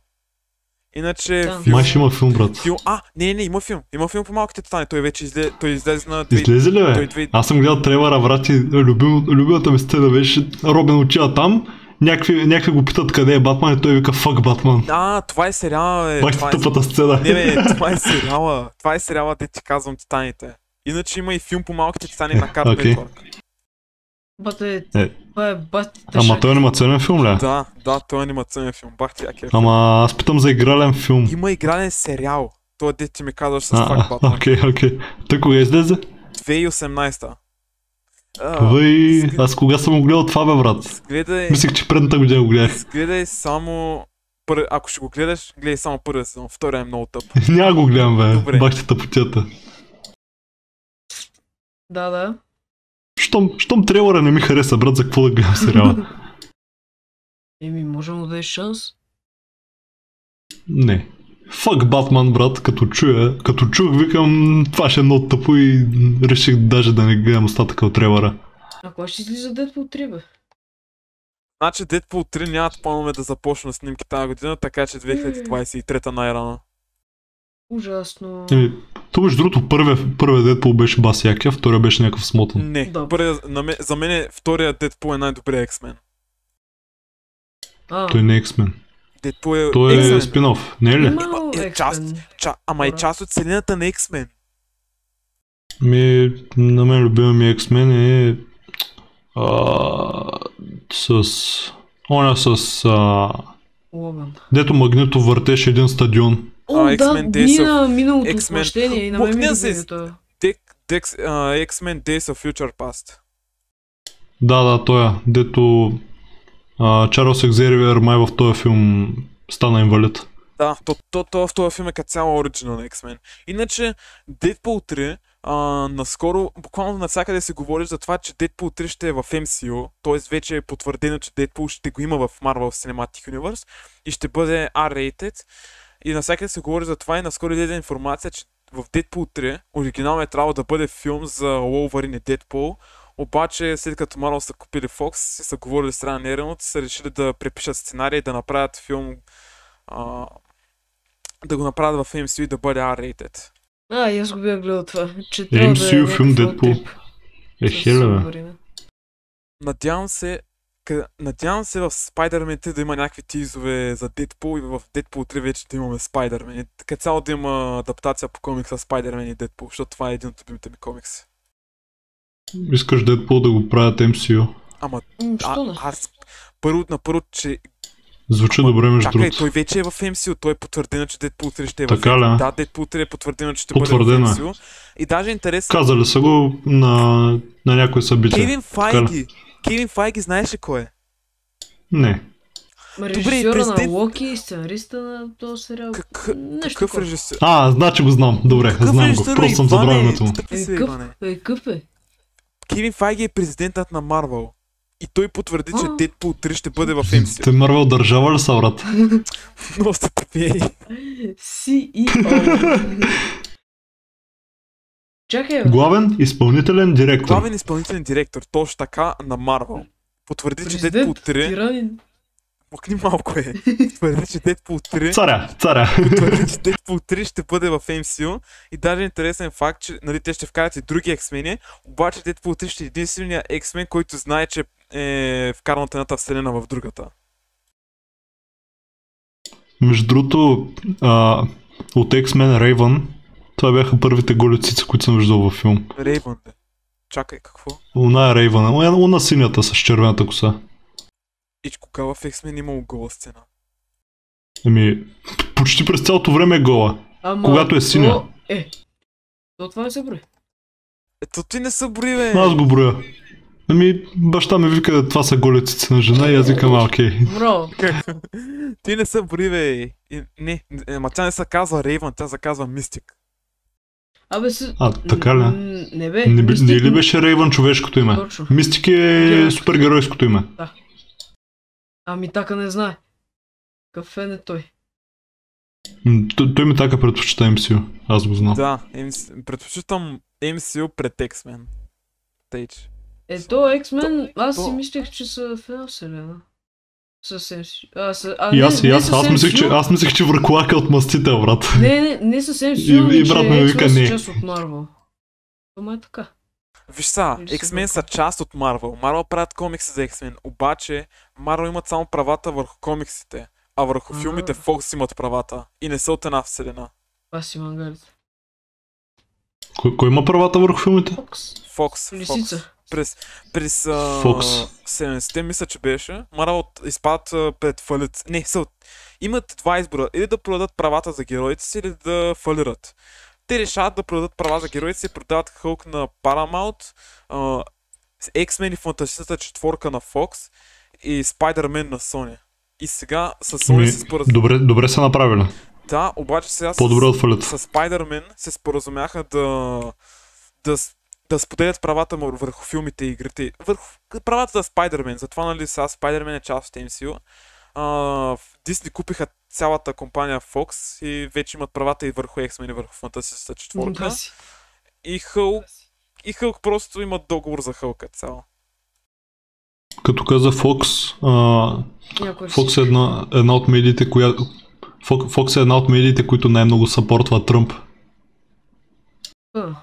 Speaker 3: Иначе...
Speaker 2: Да.
Speaker 3: Фил...
Speaker 1: май ще има филм, брат.
Speaker 3: Фил... А, не, не, не, има филм. Има филм по малките титани. Той вече излезе, той излезе на... две-
Speaker 1: Излезе ли,
Speaker 3: Той
Speaker 1: бе?
Speaker 3: две-
Speaker 1: Аз съм гледал трейлера, брат, и любим, любимата ми сцена беше Робин отива там, някакви, някакви го питат къде е Батман и той вика фак Батман.
Speaker 3: А, това е сериал, е.
Speaker 1: Пак
Speaker 3: това
Speaker 1: е
Speaker 3: е...
Speaker 1: тъпата сцена.
Speaker 3: Не, бе, това е сериала. Това е сериала, те ти казвам Титаните. Иначе има и филм по малките титани на Cartoon
Speaker 1: окей.
Speaker 3: Network.
Speaker 2: Бате,
Speaker 1: Е.
Speaker 2: това е бати.
Speaker 1: Ама той е анимационен филм ли? е?
Speaker 3: Да, да, той е анимационен филм. Бах ти, яке.
Speaker 1: Ама аз питам за игрален филм.
Speaker 3: Има игрален сериал. Той дете ти ми казваш с
Speaker 1: А,
Speaker 3: това
Speaker 1: а,
Speaker 3: Батман.
Speaker 1: окей, окей. Той кога излезе?
Speaker 3: 2018. А, Е.
Speaker 1: Вай,
Speaker 3: сг-
Speaker 1: аз кога съм го гледал това, бе, брат?
Speaker 3: Сгледай,
Speaker 1: Мислех, че предната година го гледах.
Speaker 3: сгледай само... пър- Ако ще го гледаш, гледай само първия сезон. Втория е много тъп.
Speaker 1: Няма го гледам, бе.
Speaker 3: Добре.
Speaker 1: Бах ти тъпотията.
Speaker 2: Да, да.
Speaker 1: Щом, щом трейлера не ми хареса, брат, за какво да гледам сериала?
Speaker 2: Еми, може му да е шанс.
Speaker 1: не. Фак Батман, брат, като чуя, като чух, викам, това ще е много тъпо и реших даже да не гледам остатъка от трейлера.
Speaker 2: А кога ще излиза Дедпул 3, бе?
Speaker 3: Значи Deadpool 3 нямат планове да започна снимки тази година, така че 2023 най-рано.
Speaker 2: Ужасно.
Speaker 1: Еми, то между другото, първия, първия Дедпул беше бас якия, втория беше някакъв смотан.
Speaker 3: Не,
Speaker 2: Да.
Speaker 3: първия, на мен, за мен е- втория Deadpool е най-добрия X-Men.
Speaker 2: А,
Speaker 1: Той не е X-Men.
Speaker 3: Deadpool е
Speaker 1: Той е
Speaker 3: X-Men.
Speaker 1: спин-оф, не е ли?
Speaker 2: има
Speaker 3: Има- е,
Speaker 2: X-Men.
Speaker 3: част. Ча, ама и
Speaker 2: Добре.
Speaker 3: част от вселената на X-Men.
Speaker 1: Ми, на мен любима ми X-Men е а, с... Оня с... А,
Speaker 2: Логан.
Speaker 1: дето Магнито въртеше един стадион.
Speaker 2: О, да,
Speaker 3: А, X-Men, те са
Speaker 2: мина миналото
Speaker 3: X-Men.
Speaker 2: отмъщение и на мен ми е
Speaker 3: Бухня
Speaker 2: го
Speaker 3: се.
Speaker 2: види това.
Speaker 3: Дек, Декс, а, X-Men Days of Future Past.
Speaker 1: Да, да, той е. Дето а, Чарлз Екзервиер май в този филм стана инвалид.
Speaker 3: Да, то, то, то в този филм е като цяло оригинал на X-Men. Иначе, Deadpool 3, а, наскоро, буквално навсякъде се говори за това, че Deadpool 3 ще е в MCU, т.е. вече е потвърдено, че Deadpool ще го има в Marvel Cinematic Universe и ще бъде R-rated. И навсякъде се говори за това и наскоро излезе информация, че в Deadpool 3 оригинално е трябвало да бъде филм за Wolverine и Deadpool, обаче след като Marvel са купили Fox и са говорили с Ран Ернот, са решили да препишат сценарий и да направят филм а, да го направят в MCU и да бъде R-rated.
Speaker 2: А, и аз го бях гледал това. Че трябва да е
Speaker 1: MCU филм
Speaker 2: някакъв
Speaker 1: Дедпул.
Speaker 2: тип
Speaker 1: Е,
Speaker 2: с
Speaker 1: хеле, бе.
Speaker 2: Wolverine.
Speaker 3: Надявам се, къ- надявам се в Spider-Man 3 да има някакви тизове за Deadpool и в Deadpool 3 вече да имаме Spider-Man. И Така цяло да има адаптация по комикса Spider-Man и Deadpool, защото това е един от любимите ми комикси.
Speaker 1: Искаш Дедпул да го правят MCU.
Speaker 3: Ама
Speaker 2: М, Що
Speaker 3: а,
Speaker 2: не?
Speaker 3: аз първо на първо, че
Speaker 1: Звучи добре, между
Speaker 3: чакай,
Speaker 1: другото.
Speaker 3: той вече е в MCU, той е потвърдено, че Deadpool 3 ще е в
Speaker 1: Така ли? а?
Speaker 3: Да, Deadpool 3 е потвърдено, че ще
Speaker 1: Потвърдено е.
Speaker 3: бъде в MCU. И даже е интересно,
Speaker 1: Казали са го на, на някои събития.
Speaker 3: Кевин
Speaker 1: Така ли?
Speaker 3: Файги, Кевин Файги знаеш ли кой е?
Speaker 1: Не.
Speaker 2: Ма
Speaker 3: добре,
Speaker 2: режисьора
Speaker 3: през
Speaker 2: на
Speaker 3: Дед-
Speaker 2: Локи и сценариста на този сериал.
Speaker 3: Какъв,
Speaker 2: Нещо
Speaker 3: какъв
Speaker 2: такова.
Speaker 3: режисер?
Speaker 1: А, значи го знам. Добре,
Speaker 3: Какъв
Speaker 1: знам го.
Speaker 3: режисер е
Speaker 1: Просто съм
Speaker 3: Иване?
Speaker 1: забравил името му.
Speaker 3: Стъпни
Speaker 2: Е,
Speaker 3: се,
Speaker 2: къп,
Speaker 3: Иване.
Speaker 2: е, къп е.
Speaker 3: Кевин Файги е президентът на Марвел. И той потвърди, че
Speaker 2: А.
Speaker 3: Deadpool 3 ще бъде в MCU.
Speaker 1: Те Марвел държава ли са, брат?
Speaker 3: Но сте тъпи.
Speaker 2: CEO. Чакай, бе.
Speaker 1: Главен изпълнителен директор.
Speaker 3: Главен изпълнителен директор, точно така, на Марвел. Потвърди, че
Speaker 2: Президент,
Speaker 3: Deadpool 3...
Speaker 2: тиранин.
Speaker 3: Махни малко е. Потвърди, че Deadpool 3...
Speaker 1: Царя, царя.
Speaker 3: потвърди, че Deadpool 3 ще бъде в MCU и даже е интересен факт, че нали, те ще вкарат и други X-мени, обаче Deadpool 3 ще е единствения X-мен, който знае, че е вкаран от едната вселена в другата.
Speaker 1: Между другото, а, от X-Men Raven, това бяха първите голи цици, които съм виждал във филм.
Speaker 3: Рейвън, бе. Чакай, какво?
Speaker 1: Луна е Рейвън, луна, луна синята с червената коса.
Speaker 3: И кога в X-Men имало гола сцена?
Speaker 1: Еми, Ами, почти през цялото време е гола.
Speaker 2: Ама,
Speaker 1: Когато е синя.
Speaker 2: то Е. То това не се брои.
Speaker 3: Ето ти не са бри, бе.
Speaker 1: Аз го броя. Ами, баща ми вика, това са голи цици на жена и аз викам, а, окей.
Speaker 2: Браво.
Speaker 3: Ти не са бри, бе. И, не, не, ама тя не се казва Рейвън, тя се казва Мистик.
Speaker 2: Абе, си...
Speaker 1: А, така ли?
Speaker 2: М, Не бе.
Speaker 1: Не, би-
Speaker 2: мисля,
Speaker 1: не ли беше Рейвън човешкото име?
Speaker 2: Точно.
Speaker 1: Мистик е
Speaker 2: Герой.
Speaker 1: супергеройското име.
Speaker 2: Ами така не знае. Кафен е той.
Speaker 1: М, т- Той ми така предпочита MCU, аз го знам.
Speaker 3: Да, MC, предпочитам MCU пред X-Men. Тейч.
Speaker 2: Е, то X-Men, аз си
Speaker 3: то-
Speaker 2: мислех, че са в една вселена. С MCU. А, с... а,
Speaker 1: И
Speaker 2: не-
Speaker 1: аз, и
Speaker 2: не
Speaker 1: аз,
Speaker 2: с
Speaker 1: аз мислих, че,
Speaker 2: MCU.
Speaker 1: аз мислих, че върклака е от мастител, брат.
Speaker 2: Не, не, не с
Speaker 1: И-
Speaker 2: MCU,
Speaker 1: и
Speaker 2: и, че
Speaker 1: брат ми вика,
Speaker 2: X-Men са
Speaker 1: не.
Speaker 2: част от Marvel. Ама е така.
Speaker 3: Виж са,
Speaker 2: Виж сега
Speaker 3: X-Men са част от Marvel. Marvel правят комикси за X-Men, обаче Marvel имат само правата върху комиксите, а върху
Speaker 2: Ага.
Speaker 3: филмите Fox имат правата и не са от една вселена.
Speaker 2: Аз си мангалите.
Speaker 1: Кой, кой има правата върху филмите?
Speaker 2: Фокс.
Speaker 3: Fox, Fox.
Speaker 2: Лисица.
Speaker 3: през, през а,
Speaker 1: Fox.
Speaker 3: 70-те, мисля, че беше, Марвел изпадат а, пред фалит. Не, са, от- имат два избора. Или да продадат правата за героите си, или да фалират. те решават да продадат права за героите си, продават Хълк на Paramount, а, X-Men и Фантастичната четворка на Fox и Spider-Man на Sony. И сега с Sony
Speaker 1: Ми,
Speaker 3: се споразумяха.
Speaker 1: Ами, добре, добре са направили.
Speaker 3: Да, обаче сега с-
Speaker 1: По-добре от фалит.
Speaker 3: с Spider-Man се споразумяха да, да, с- да споделят правата му върху филмите и игрите. Върху правата за Spider-Man. Затова, нали, сега Spider-Man е част от MCU. А, в Disney купиха цялата компания Fox и вече имат правата и върху X-Men и върху Фантастичната четворка.
Speaker 2: Да си.
Speaker 3: И Хълк, и Хълк просто имат договор за Хълка цяло.
Speaker 1: Като каза Fox, а,
Speaker 2: Някой си.
Speaker 1: Fox е една, една от медиите, коя... Фок- Fox е една от медиите, които най-много съпортва Тръмп.
Speaker 2: А,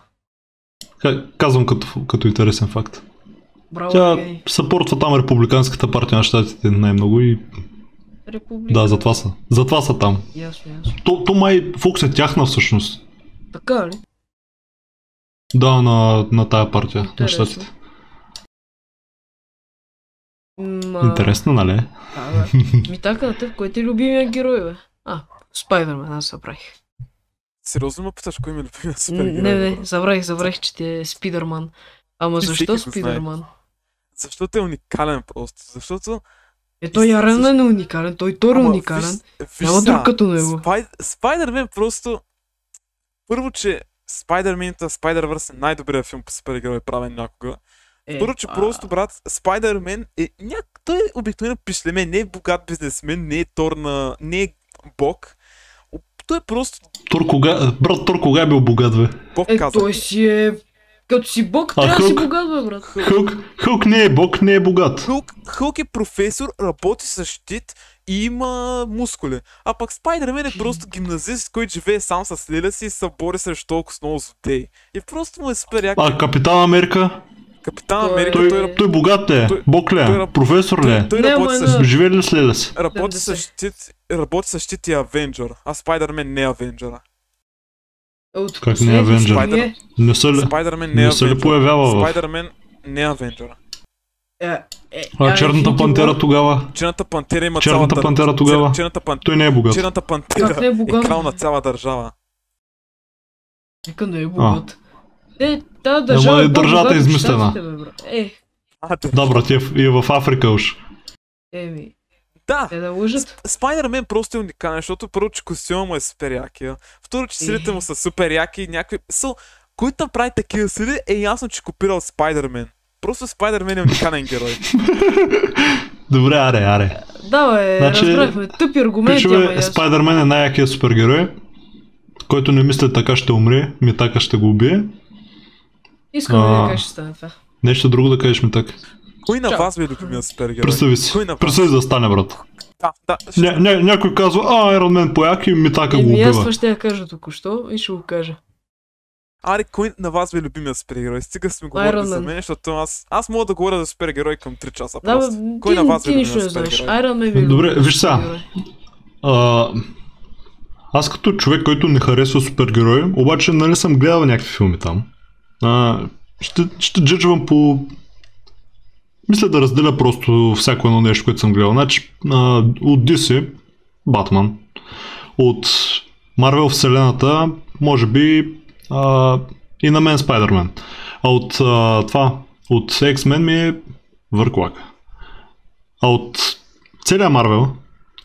Speaker 1: Ка- Казвам като, като интересен факт.
Speaker 2: Браво,
Speaker 1: Тя
Speaker 2: Евгений.
Speaker 1: съпортва там Републиканската партия на щатите най-много и
Speaker 2: Република.
Speaker 1: да, затова са. Затова са там.
Speaker 2: Ясно, ясно.
Speaker 1: То, то май Фокс е тяхна всъщност.
Speaker 2: Така ли?
Speaker 1: Да, на, на тая партия на
Speaker 2: Интересно.
Speaker 1: щатите.
Speaker 2: Ма...
Speaker 1: Интересно, нали?
Speaker 2: Да, бе. Ми така на теб, кой ти е любимия герой, бе? А, Спайдермен, аз забравих.
Speaker 3: Сериозно ме питаш, кой ми е любимия
Speaker 2: М,
Speaker 3: супергерой?
Speaker 2: Не,
Speaker 3: бе?
Speaker 2: не, забравих, забравих, че ти е Спидерман. Ама
Speaker 3: Ти
Speaker 2: защо
Speaker 3: всеки го знае.
Speaker 2: Спидерман?
Speaker 3: Защото е уникален просто. Защото
Speaker 2: Е, той Ярен е уникален, той Тор е
Speaker 3: Ама,
Speaker 2: уникален.
Speaker 3: Виж, виж
Speaker 2: Няма
Speaker 3: сега,
Speaker 2: друг като него.
Speaker 3: Спай... Спайдермен просто... Първо, че Spider-Man та Spider-Verse е най-добрият филм по супергерой правен някога.
Speaker 2: Е,
Speaker 3: Второ, че
Speaker 2: а,
Speaker 3: просто, брат, Spider-Man е няк... Той е обикновено пишлеме, не е богат бизнесмен, не е Тор на... не е бог. О, Той е просто
Speaker 1: Тур кога... Брат Тур кога е бил богат, бе?
Speaker 3: бог
Speaker 2: Е,
Speaker 3: каза.
Speaker 2: той си е... Като си бог,
Speaker 1: А,
Speaker 2: трябва да си
Speaker 1: Хълк?
Speaker 2: богат, бе, брат.
Speaker 1: Хълк, Хълк не е бог, не е богат.
Speaker 3: Хълк, Хълк е професор, работи с щит и има мускули. А пък Спайдермен е просто гимназист, който живее сам с лиля си и се бори срещу толкова много злодеи. И просто му е супер як.
Speaker 1: А Капитан Америка?
Speaker 3: Капитан
Speaker 2: Той- е-
Speaker 3: Америка,
Speaker 1: Той,
Speaker 3: той,
Speaker 1: той, богат ли е?
Speaker 3: той-
Speaker 1: Бог ли
Speaker 3: той
Speaker 1: е?
Speaker 3: раб-
Speaker 1: Професор ли е?
Speaker 3: той, той
Speaker 2: Не,
Speaker 3: работи,
Speaker 2: ама
Speaker 3: с,
Speaker 2: не.
Speaker 1: Живее ли след си?
Speaker 3: работи, с
Speaker 2: 70.
Speaker 3: щит, работи с щит и Авенджър, а Спайдермен не е Авенджъра.
Speaker 2: Е, От
Speaker 1: Как не е
Speaker 2: последните
Speaker 1: Avenger?
Speaker 2: години е-
Speaker 1: Не са ли?
Speaker 3: Спайдермен не е
Speaker 1: Не се ли
Speaker 3: Авенджър.
Speaker 1: появява в...
Speaker 3: Спайдермен не е Авенджъра.
Speaker 2: е, е,
Speaker 1: А,
Speaker 2: е,
Speaker 1: черната
Speaker 2: Infinity
Speaker 1: пантера
Speaker 2: War.
Speaker 1: тогава?
Speaker 3: Черната пантера има
Speaker 1: Черната
Speaker 3: цялата...
Speaker 1: пантера тогава?
Speaker 3: Черната, пан...
Speaker 1: Той не е богат.
Speaker 3: черната
Speaker 2: Как не
Speaker 3: пантера
Speaker 2: е
Speaker 3: е
Speaker 2: богат?
Speaker 3: крал на цяла държава.
Speaker 2: Нека не е богат. Е, та
Speaker 1: Ама
Speaker 2: държава
Speaker 1: е държавата
Speaker 2: по-богата от
Speaker 1: измислена.
Speaker 2: щатите, бе, брат. Е,
Speaker 3: А, да.
Speaker 1: Да, брат, и е, в- и е в Африка уж.
Speaker 2: еми,
Speaker 3: да.
Speaker 2: те да лъжат.
Speaker 3: Спайдермен просто е уникален, защото първо, че костюма му е супер якия, второ, че силите му са супер яки и някакви... Со, който направи такива сили е ясно, че копира от Спайдермен. Просто Спайдермен е уникален герой.
Speaker 1: Добре, аре, аре.
Speaker 2: Да, бе,
Speaker 1: Значи,
Speaker 2: разбрахме. Тъпи аргументи, ама
Speaker 1: Пичове,
Speaker 2: ясно.
Speaker 1: Спайдермен е най-якият супергерой, който не мисля така ще умре, ми така ще го убие.
Speaker 2: Искам да
Speaker 1: А.
Speaker 2: видя как ще стане това.
Speaker 1: Нещо друго да кажеш ми така.
Speaker 3: Кой на
Speaker 2: Чао.
Speaker 3: вас ви е любимия супергерой?
Speaker 1: Представи си.
Speaker 3: Кой на вас?
Speaker 1: Представи си да стане, брат.
Speaker 3: Да, да.
Speaker 1: Ня, ня, някой казва, а, Iron Man пояк и ми така го
Speaker 2: Еми, аз това
Speaker 1: убива.
Speaker 2: ще я кажа току-що и ще го кажа.
Speaker 3: Ари, кой на вас ви е любимия супергерой? Стига сме
Speaker 2: Iron
Speaker 3: говорили
Speaker 2: Man.
Speaker 3: за мен, защото аз, аз мога да говоря за супергерой към 3 часа.
Speaker 2: Да,
Speaker 3: просто.
Speaker 2: бе,
Speaker 3: кой
Speaker 2: ти,
Speaker 3: на вас ви
Speaker 2: ти
Speaker 3: е
Speaker 2: нищо не
Speaker 3: любимия
Speaker 2: знаеш.
Speaker 3: супергерой?
Speaker 2: Айрон Мен ми е
Speaker 1: Добре,
Speaker 2: любим
Speaker 1: виж сега.
Speaker 2: супергерой.
Speaker 1: А, аз като човек, който не харесва супергерои, обаче нали съм гледал някакви филми там. А, ще, ще джеджвам по... Мисля да разделя просто всяко едно нещо, което съм гледал. Значи, а, от DC, Батман. От Марвел Вселената, може би а, и на мен Спайдермен. А от а, това, от X-Men ми е Върклака. А от целия Марвел,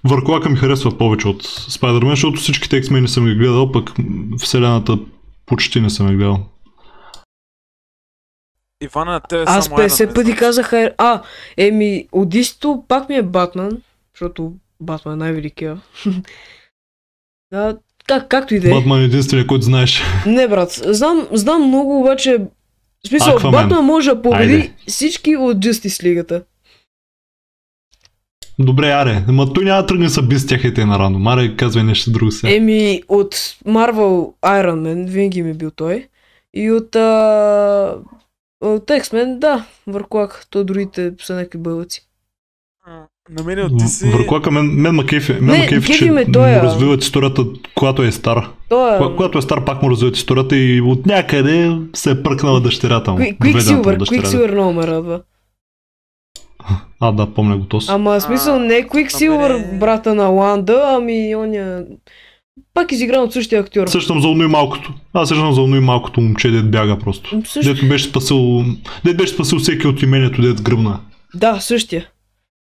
Speaker 1: Върклака ми харесва повече от Спайдермен, защото всичките X-Men съм ги гледал, пък м, Вселената почти не съм ги гледал.
Speaker 3: Ивана, на тебе е
Speaker 2: Аз
Speaker 3: само Iron
Speaker 2: 50
Speaker 3: Man
Speaker 2: пъти
Speaker 3: знаеш.
Speaker 2: казах, Айр- а, еми, от истото пак ми е Батман, защото Батман е най-великия. да, как, както и да е.
Speaker 1: Батман е единствения, който знаеш.
Speaker 2: Не, брат, знам, знам много, обаче, в смисъл,
Speaker 1: Аквамен.
Speaker 2: Батман може да победи
Speaker 1: Айде.
Speaker 2: всички от Justice Лигата.
Speaker 1: Добре, аре, ма той няма да тръгне са без тях и те на рано. Маре, казвай нещо друго
Speaker 2: Е,
Speaker 1: сега.
Speaker 2: Еми, от Marvel Iron Man винаги ми е бил той. И от, а... от X-Men, да, върклак, то другите са някакви бълъци.
Speaker 3: М, На мен е от DC...
Speaker 1: Върклака, мен, мен ма кефи, мен
Speaker 2: Не, е
Speaker 1: ма кефи, че
Speaker 2: кефи ме
Speaker 1: му
Speaker 2: той, а.
Speaker 1: развиват историята, когато е стар.
Speaker 2: Той е...
Speaker 1: Кога- Когато е стар, пак му развиват историята и от някъде се е пръкнала дъщерята му.
Speaker 2: Кви-
Speaker 1: Доведената му
Speaker 2: Quicksilver,
Speaker 1: дъщеря.
Speaker 2: Quicksilver много ме радва.
Speaker 1: А, да, помня го то. си.
Speaker 2: Ама в смисъл
Speaker 3: А,
Speaker 2: не е
Speaker 3: на
Speaker 2: Quicksilver,
Speaker 3: мене-
Speaker 2: брата на Ланда, ами оня Пак изигран от същия актьор.
Speaker 1: Сещам за оно и малкото. Аз сещам за оно и малкото момче, дед бяга просто.
Speaker 2: М, Също...
Speaker 1: Дето беше спасил, дед беше спасил всеки от имението, дед гръмна.
Speaker 2: Да, същия.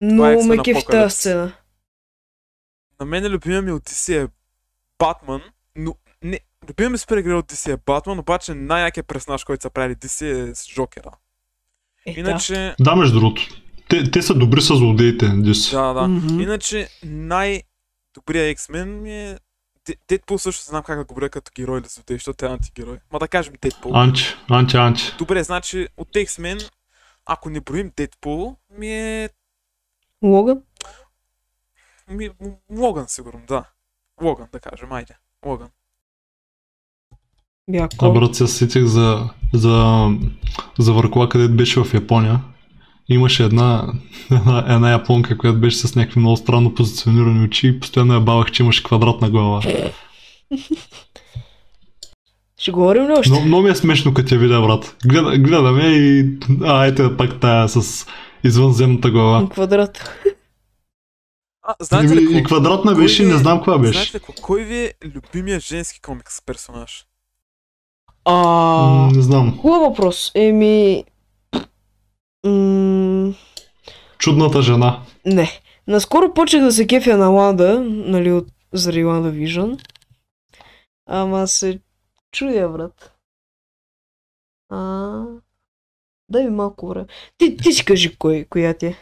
Speaker 3: е
Speaker 2: Много
Speaker 3: ексен
Speaker 2: ме кефи тази
Speaker 3: апокалипс.
Speaker 2: сцена.
Speaker 3: На мен любимия ми от DC е Батман, но не, любимия ми супергерой от DC е Батман, обаче най-якият персонаж, който са правили DC е с Жокера.
Speaker 2: Е,
Speaker 3: Иначе, да,
Speaker 1: Да, между другото. Те, те са добри са злодеите, дис.
Speaker 3: да. да.
Speaker 2: Мгм.
Speaker 3: Иначе най-добрият X-Men ми е Де- Дедпул също знам как да го броя като герой или злодей, защото е антигерой. Ма да кажем Дедпул.
Speaker 1: Анти, анти, анти.
Speaker 3: Добре, значи от X-Men, ако не броим Дедпул, ми е...
Speaker 2: да. Логан?
Speaker 3: Ми, е Л- Логан сигурно, да. Логан, да кажем, айде. Логан.
Speaker 1: А
Speaker 2: Яко.
Speaker 1: брат, се сетих за, за, за въркола, където беше в Япония. Имаше една, една, една японка, която беше с някакви много странно позиционирани очи и постоянно я бавах, че имаше квадратна глава.
Speaker 3: Е,
Speaker 2: Ще говорим ли още?
Speaker 1: Но, много ми е смешно, като я видя, брат. Гледа, гледаме и... А, ето пак тая с извънземната глава.
Speaker 2: На квадрат.
Speaker 3: А, знаете ли
Speaker 1: и, и
Speaker 3: какво?
Speaker 1: квадратна
Speaker 3: Кой
Speaker 1: беше,
Speaker 3: ви е-
Speaker 1: не знам каква беше.
Speaker 3: Знаете ли какво? Кой ви е любимия женски комикс персонаж?
Speaker 1: М,
Speaker 3: А...
Speaker 1: Не знам.
Speaker 2: Хубав въпрос. Еми... М...
Speaker 1: Чудната жена.
Speaker 2: Не. Наскоро почех да се кефя на Ланда, нали, от заради Ланда Вижън. Ама се чудя, брат. А... Дай ми малко време. Ти, ти си кажи кой, коя ти е.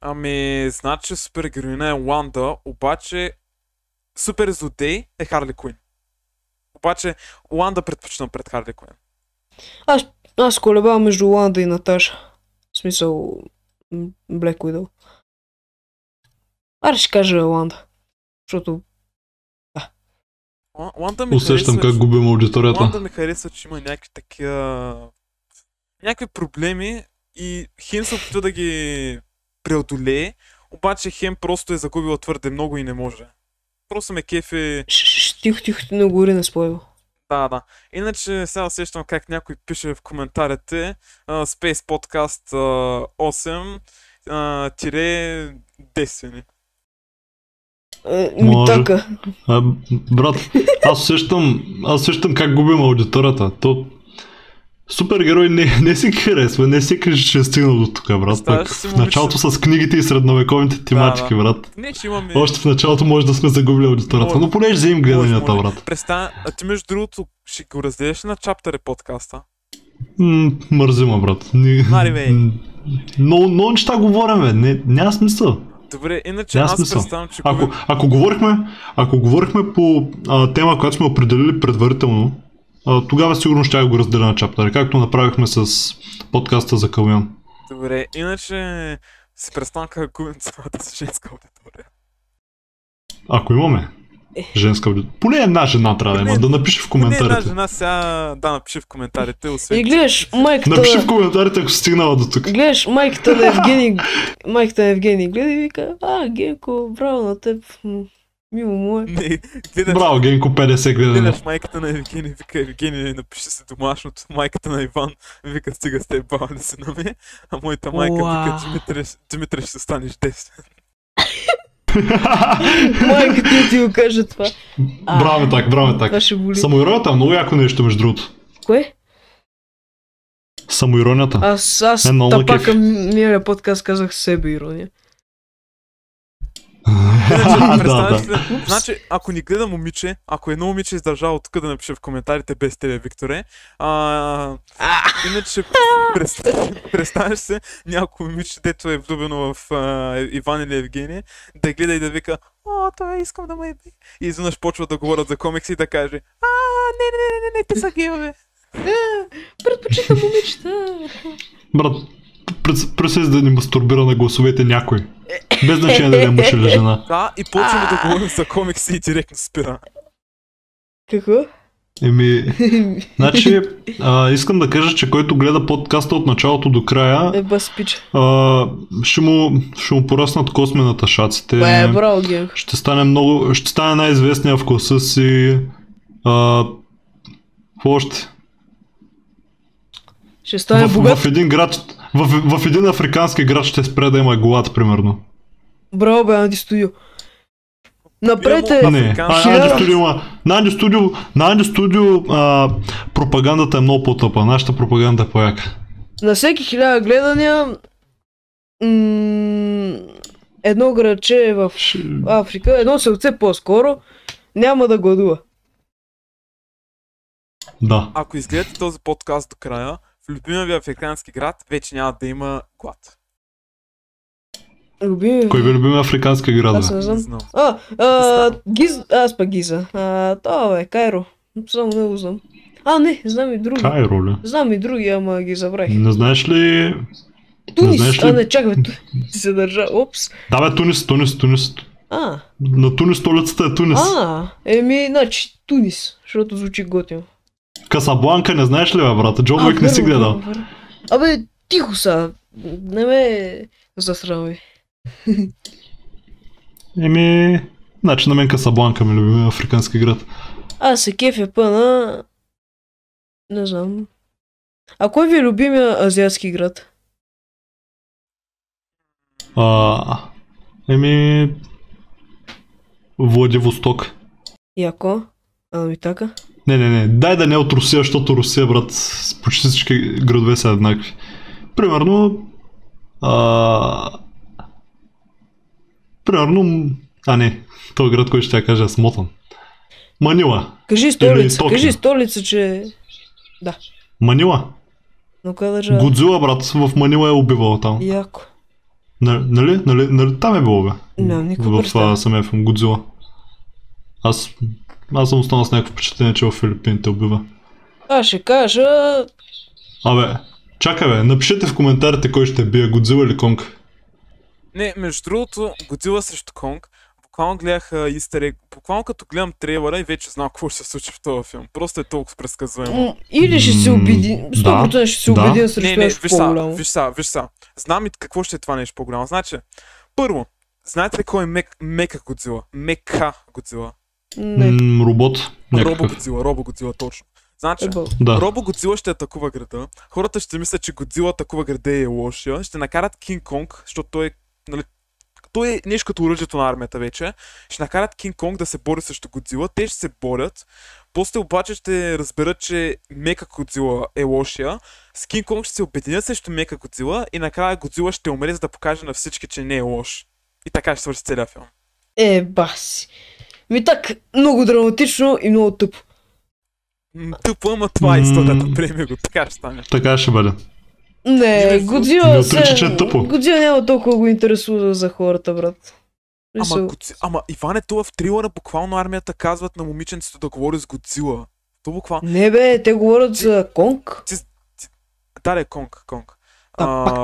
Speaker 3: Ами, значи супергероина е Ланда, обаче супер злодей е Харли Куин. Обаче Ланда предпочитам пред Харли Куин.
Speaker 2: Аз колебая между Ланда и Наташа. В смисъл... м, Black Widow. Аре ще кажа Ланда. Защото...
Speaker 3: Ла- Ланда ми
Speaker 1: Усещам
Speaker 3: харесва,
Speaker 1: как
Speaker 3: че-
Speaker 1: губим аудиторията.
Speaker 3: Ланда ми харесва, че има някакви такива... Някакви проблеми и хем се опитва да ги преодолее, обаче хем просто е загубила твърде много и не може. Просто ме кефи
Speaker 2: Ш- ш- Тихо, тихо, ти не гори не спойва.
Speaker 3: Да, да. Иначе сега сещам как някой пише в коментарите а, Space Podcast а, 8 а, тире 10. ни.
Speaker 2: Е, ми
Speaker 1: Може.
Speaker 2: така.
Speaker 1: А, брат, аз усещам, аз усещам как губим аудиторията. То... Супергерой не, не си харесва, не си каже, че е стигнал до тук, брат.
Speaker 3: Представяш
Speaker 1: Пък
Speaker 3: си,
Speaker 1: в
Speaker 3: момиче.
Speaker 1: началото с книгите и средновековните тематики,
Speaker 3: да.
Speaker 1: брат.
Speaker 3: Не, че имаме...
Speaker 1: Още в началото може да сме загубили аудиторията,
Speaker 3: Може.
Speaker 1: но понеже вземем гледанията,
Speaker 3: може.
Speaker 1: брат.
Speaker 3: Представя, а ти между другото ще го разделиш на чаптър подкаста.
Speaker 1: М, Мързима, брат. Ни...
Speaker 3: Мари, бе.
Speaker 1: м, Но, но неща говорим, бе. Не, няма смисъл.
Speaker 3: Добре, иначе
Speaker 1: Няма
Speaker 3: аз
Speaker 1: смисъл.
Speaker 3: представям, че
Speaker 1: Ако,
Speaker 3: губим-
Speaker 1: ако, говорихме, ако говорихме по а, тема, която сме определили предварително, а, тогава сигурно ще я го разделя на чаптър, както направихме с подкаста за Калмян.
Speaker 3: Добре, иначе си представям как губим цялата си женска аудитория.
Speaker 1: Ако имаме женска аудитория. Поне една жена трябва да
Speaker 3: Поне-
Speaker 1: има, да напише в
Speaker 3: Не, една
Speaker 1: коментарите.
Speaker 3: жена сега да напиши в коментарите,
Speaker 2: И
Speaker 3: освен
Speaker 2: гледаш майката,
Speaker 1: Напиши в коментарите, ако си стигнала до тук.
Speaker 2: гледаш майката на Евгений, майката на Евгений гледа и вика, а, Генко, браво на теб, м, мило му е.
Speaker 3: Не, гледаш
Speaker 1: Браво, Генко 50 гледане.
Speaker 3: Гледаш майката на Евгений, вика Евгений, напиши се домашното. Майката на Иван, вика стига с те баба да се наме. А моята майка вика
Speaker 2: Уау.
Speaker 3: Димитре, Димитре ще станеш 10.
Speaker 2: Майка ти ти го каже това. А,
Speaker 1: браво е так, браво е
Speaker 2: Това
Speaker 1: так.
Speaker 2: ще боли.
Speaker 1: Самоиронията е много яко нещо, между другото.
Speaker 2: Кое?
Speaker 1: Самоиронията.
Speaker 2: Аз, аз
Speaker 1: Е, много ме
Speaker 2: тапака
Speaker 1: кефи.
Speaker 2: миналия подкаст казах себе ирония.
Speaker 3: Иначе,
Speaker 1: Да,
Speaker 3: представяш
Speaker 1: да.
Speaker 3: ли, значи, ако ни гледа момиче, ако едно момиче е издържало тук да напише в коментарите без тебе, Викторе, а, иначе представ- представяш се някой момиче, дето е влюбено в а, Иван или Евгения, да гледа и да вика О, той искам да ме еби. И изведнъж почва да говорят за комикси и да каже А, не, не, не, не, не, те са гейове.
Speaker 2: Предпочитам момичета.
Speaker 1: Брат, прес- пресез да ни мастурбира на гласовете някой. Без значение дали е мъж или жена.
Speaker 3: Да, и почваме да говорим за комикси и директно спира.
Speaker 2: Какво?
Speaker 1: Еми, значи, а, искам да кажа, че който гледа подкаста от началото до края,
Speaker 2: Е, бас пича.
Speaker 1: а, ще, му, ще му пораснат космената шаците.
Speaker 2: Бе, браво, Генко.
Speaker 1: Ще стане много, ще стане най-известния в класа си. А, какво още?
Speaker 2: Ще стане
Speaker 1: в,
Speaker 2: е богат.
Speaker 1: в, един град, в, в един африкански град ще спре да има глад, примерно.
Speaker 2: Браво, бе, Анди Студио. Направете...
Speaker 3: Имало-
Speaker 1: Не,
Speaker 3: Африкански.
Speaker 1: а, Надю
Speaker 2: Хиляда-
Speaker 1: Студио, има- Надю Студио, Надю Студио а, пропагандата е много по-тъпа, нашата пропаганда е по-яка.
Speaker 2: На всеки хиляда гледания... М- едно градче в
Speaker 1: Ще-
Speaker 2: Африка, едно селце по-скоро, няма да гладува.
Speaker 1: Да.
Speaker 3: Ако изгледате този подкаст до края, в любимия ви африкански град вече няма да има глад.
Speaker 2: Любими...
Speaker 1: Кой ви е любим африкански град?
Speaker 2: Аз
Speaker 1: бе?
Speaker 2: не
Speaker 3: Не
Speaker 2: знам.
Speaker 3: знам.
Speaker 2: А, а,
Speaker 3: Знам.
Speaker 2: Гиз... Аз пък Гиза. А, това бе, Кайро. Само не го знам. А, не, знам и други.
Speaker 1: Кайро ли?
Speaker 2: Знам и други, ама ги забравих.
Speaker 1: Не знаеш ли...
Speaker 2: Тунис.
Speaker 1: знаеш
Speaker 2: А,
Speaker 1: ли-
Speaker 2: не, чакай, бе, Тунис се държа. Опс.
Speaker 1: Да бе, Тунис, Тунис, Тунис.
Speaker 2: А,
Speaker 1: На Тунис столицата е Тунис.
Speaker 2: а, еми, значи Тунис, защото звучи готино.
Speaker 1: Касабланка не знаеш ли бе, брат? Джон Уик не си
Speaker 2: верно,
Speaker 1: гледал.
Speaker 2: верно, верно. Абе, тихо са. Не ме засрамвай.
Speaker 1: Еми... Значи на мен Касабланка ми е любим африкански град.
Speaker 2: Аз се кефя пъна... Не знам. А кой ви е любимия азиатски град?
Speaker 1: А, еми... Владивосток.
Speaker 2: Яко? Ами така.
Speaker 1: Не, не, не. Дай да не е от Русия, защото Русия, брат, с почти всички градове са еднакви. Примерно... А... Примерно... м- А не, този град, който ще я кажа, е смотан. Манила.
Speaker 2: Кажи столица,
Speaker 1: Е, нали, Токио.
Speaker 2: кажи столица, че... Да,
Speaker 1: Манила.
Speaker 2: но коя държава?
Speaker 1: Годзила, брат, в Манила е убивала там.
Speaker 2: Яко.
Speaker 1: Нали, нали, нали, нали там е било, бе?
Speaker 2: Нямам никаква
Speaker 1: В
Speaker 2: представа.
Speaker 1: това самия филм Годзила. Аз, аз съм останал с някакво впечатление, че в Филипините убива.
Speaker 2: Аз ще кажа...
Speaker 1: Абе, чакай бе, напишете в коментарите кой ще бие, Годзила или Конг.
Speaker 3: Не, между другото, Годила срещу Конг, буквално гледах а, Easter Egg. Буквално като гледам трейлера и вече знам какво ще се случи в този филм. Просто е толкова предсказуемо.
Speaker 2: м, Или ще се
Speaker 1: М,
Speaker 2: убеди...
Speaker 1: да,
Speaker 2: 100% ще се
Speaker 1: да.
Speaker 2: убедя
Speaker 3: Не,
Speaker 2: срещу
Speaker 3: не,
Speaker 2: нещо
Speaker 3: виж са,
Speaker 2: по-голямо.
Speaker 3: виж са, виж са. Знам и какво ще е това нещо по-голямо. Значи, първо, знаете ли кой е мек, мека Годзила? Мека Годзила.
Speaker 2: Не,
Speaker 1: М, робот.
Speaker 3: Робо
Speaker 1: Някакъв.
Speaker 3: Годзила, Робо Годзила, точно. Значи,
Speaker 2: е бъл.
Speaker 1: Да.
Speaker 3: Робо Годзила ще атакува града. Хората ще мислят, че Годзила атакува града и е лошия. Ще накарат Кинг Конг, защото той, е, нали, той е нещо като оръжието на армията вече. Ще накарат Кинг Конг да се бори срещу Годзила. Те ще се борят. После обаче ще разберат, че Мека Годзила е лошия. С Кинг Конг ще се обединят срещу Мека Годзила и накрая Годзила ще умре, за да покаже на всички, че не е лош. И така ще свърши целият филм.
Speaker 2: Е, баси. Ми так, много драматично и много тъпо.
Speaker 3: М, Тъпо, ама това е историята. Приеми го, така ще стане.
Speaker 1: Така ще бъде.
Speaker 2: Не,
Speaker 3: Не,
Speaker 1: не
Speaker 2: Годзила
Speaker 1: отрича, че е
Speaker 2: се...
Speaker 1: тъпо.
Speaker 2: Годзила няма толкова го интересува за хората, брат.
Speaker 3: Ама,
Speaker 2: Мисъл,
Speaker 3: Годзи... Ама Иване, то в трилъра буквално армията казват на момиченцето да говори с Годзила. То буквално...
Speaker 2: Не бе, те говорят за Конг.
Speaker 3: Да, да, Конг, Конг.
Speaker 2: Та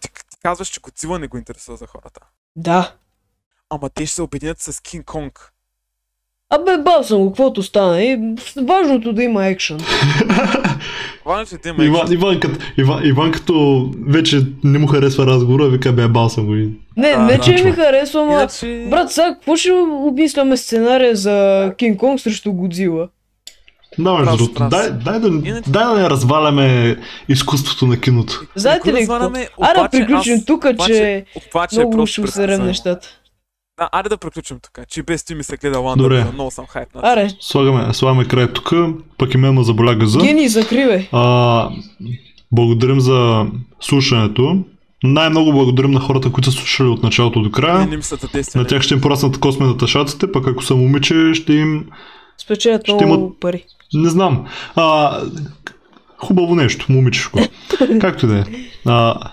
Speaker 3: ти, ти казваш, че Годзила не го интересува за хората.
Speaker 2: Да.
Speaker 3: Ама те ще се обединят с Кинг Конг.
Speaker 2: Абе, бал съм го, каквото стана. И важното да има екшен.
Speaker 3: Иване, ще има екшен.
Speaker 1: Иван, Иван, като, Иван, Иван като вече не му харесва разговора, вика бе, бал съм го. и-
Speaker 2: Не,
Speaker 3: Да,
Speaker 2: не че
Speaker 1: значва.
Speaker 2: ми харесва, ама...
Speaker 3: Иначе...
Speaker 2: Брат, сега какво ще обмисляме сценария за Кинг Конг срещу Годзила?
Speaker 1: Да, между
Speaker 3: Прав си,
Speaker 1: другото.
Speaker 3: прав
Speaker 1: Дай,
Speaker 3: си.
Speaker 1: дай, да,
Speaker 3: Иначе-
Speaker 1: дай да не разваляме изкуството на киното.
Speaker 2: Знаете
Speaker 3: Не го
Speaker 2: ли какво?
Speaker 3: разваляме,
Speaker 2: Аре, да
Speaker 3: обаче
Speaker 2: приключим
Speaker 3: аз-
Speaker 2: тук, че
Speaker 3: обаче, обаче е
Speaker 2: много
Speaker 3: просто
Speaker 2: ще усерем
Speaker 3: предсказуемо.
Speaker 2: нещата.
Speaker 3: Да, аре да приключим тук, че без ти ми се гледа Ланда.
Speaker 1: Добре.
Speaker 3: Много съм хайпнат.
Speaker 2: Аре,
Speaker 1: Слагаме, слагаме край тук, пък и мен ме заболя газа.
Speaker 2: Гени, закривай.
Speaker 1: А, благодарим за слушането. Най-много благодарим на хората, които са слушали от началото до
Speaker 3: Не,
Speaker 1: края.
Speaker 3: не ми са
Speaker 1: На
Speaker 3: задействени.
Speaker 1: тях ще им пораснат космената шаците, пък ако са момиче, ще им
Speaker 2: Спечелят
Speaker 1: Ще
Speaker 2: много
Speaker 1: имат-
Speaker 2: пари.
Speaker 1: Не знам. А, хубаво нещо, момичешко. Както и да е. А,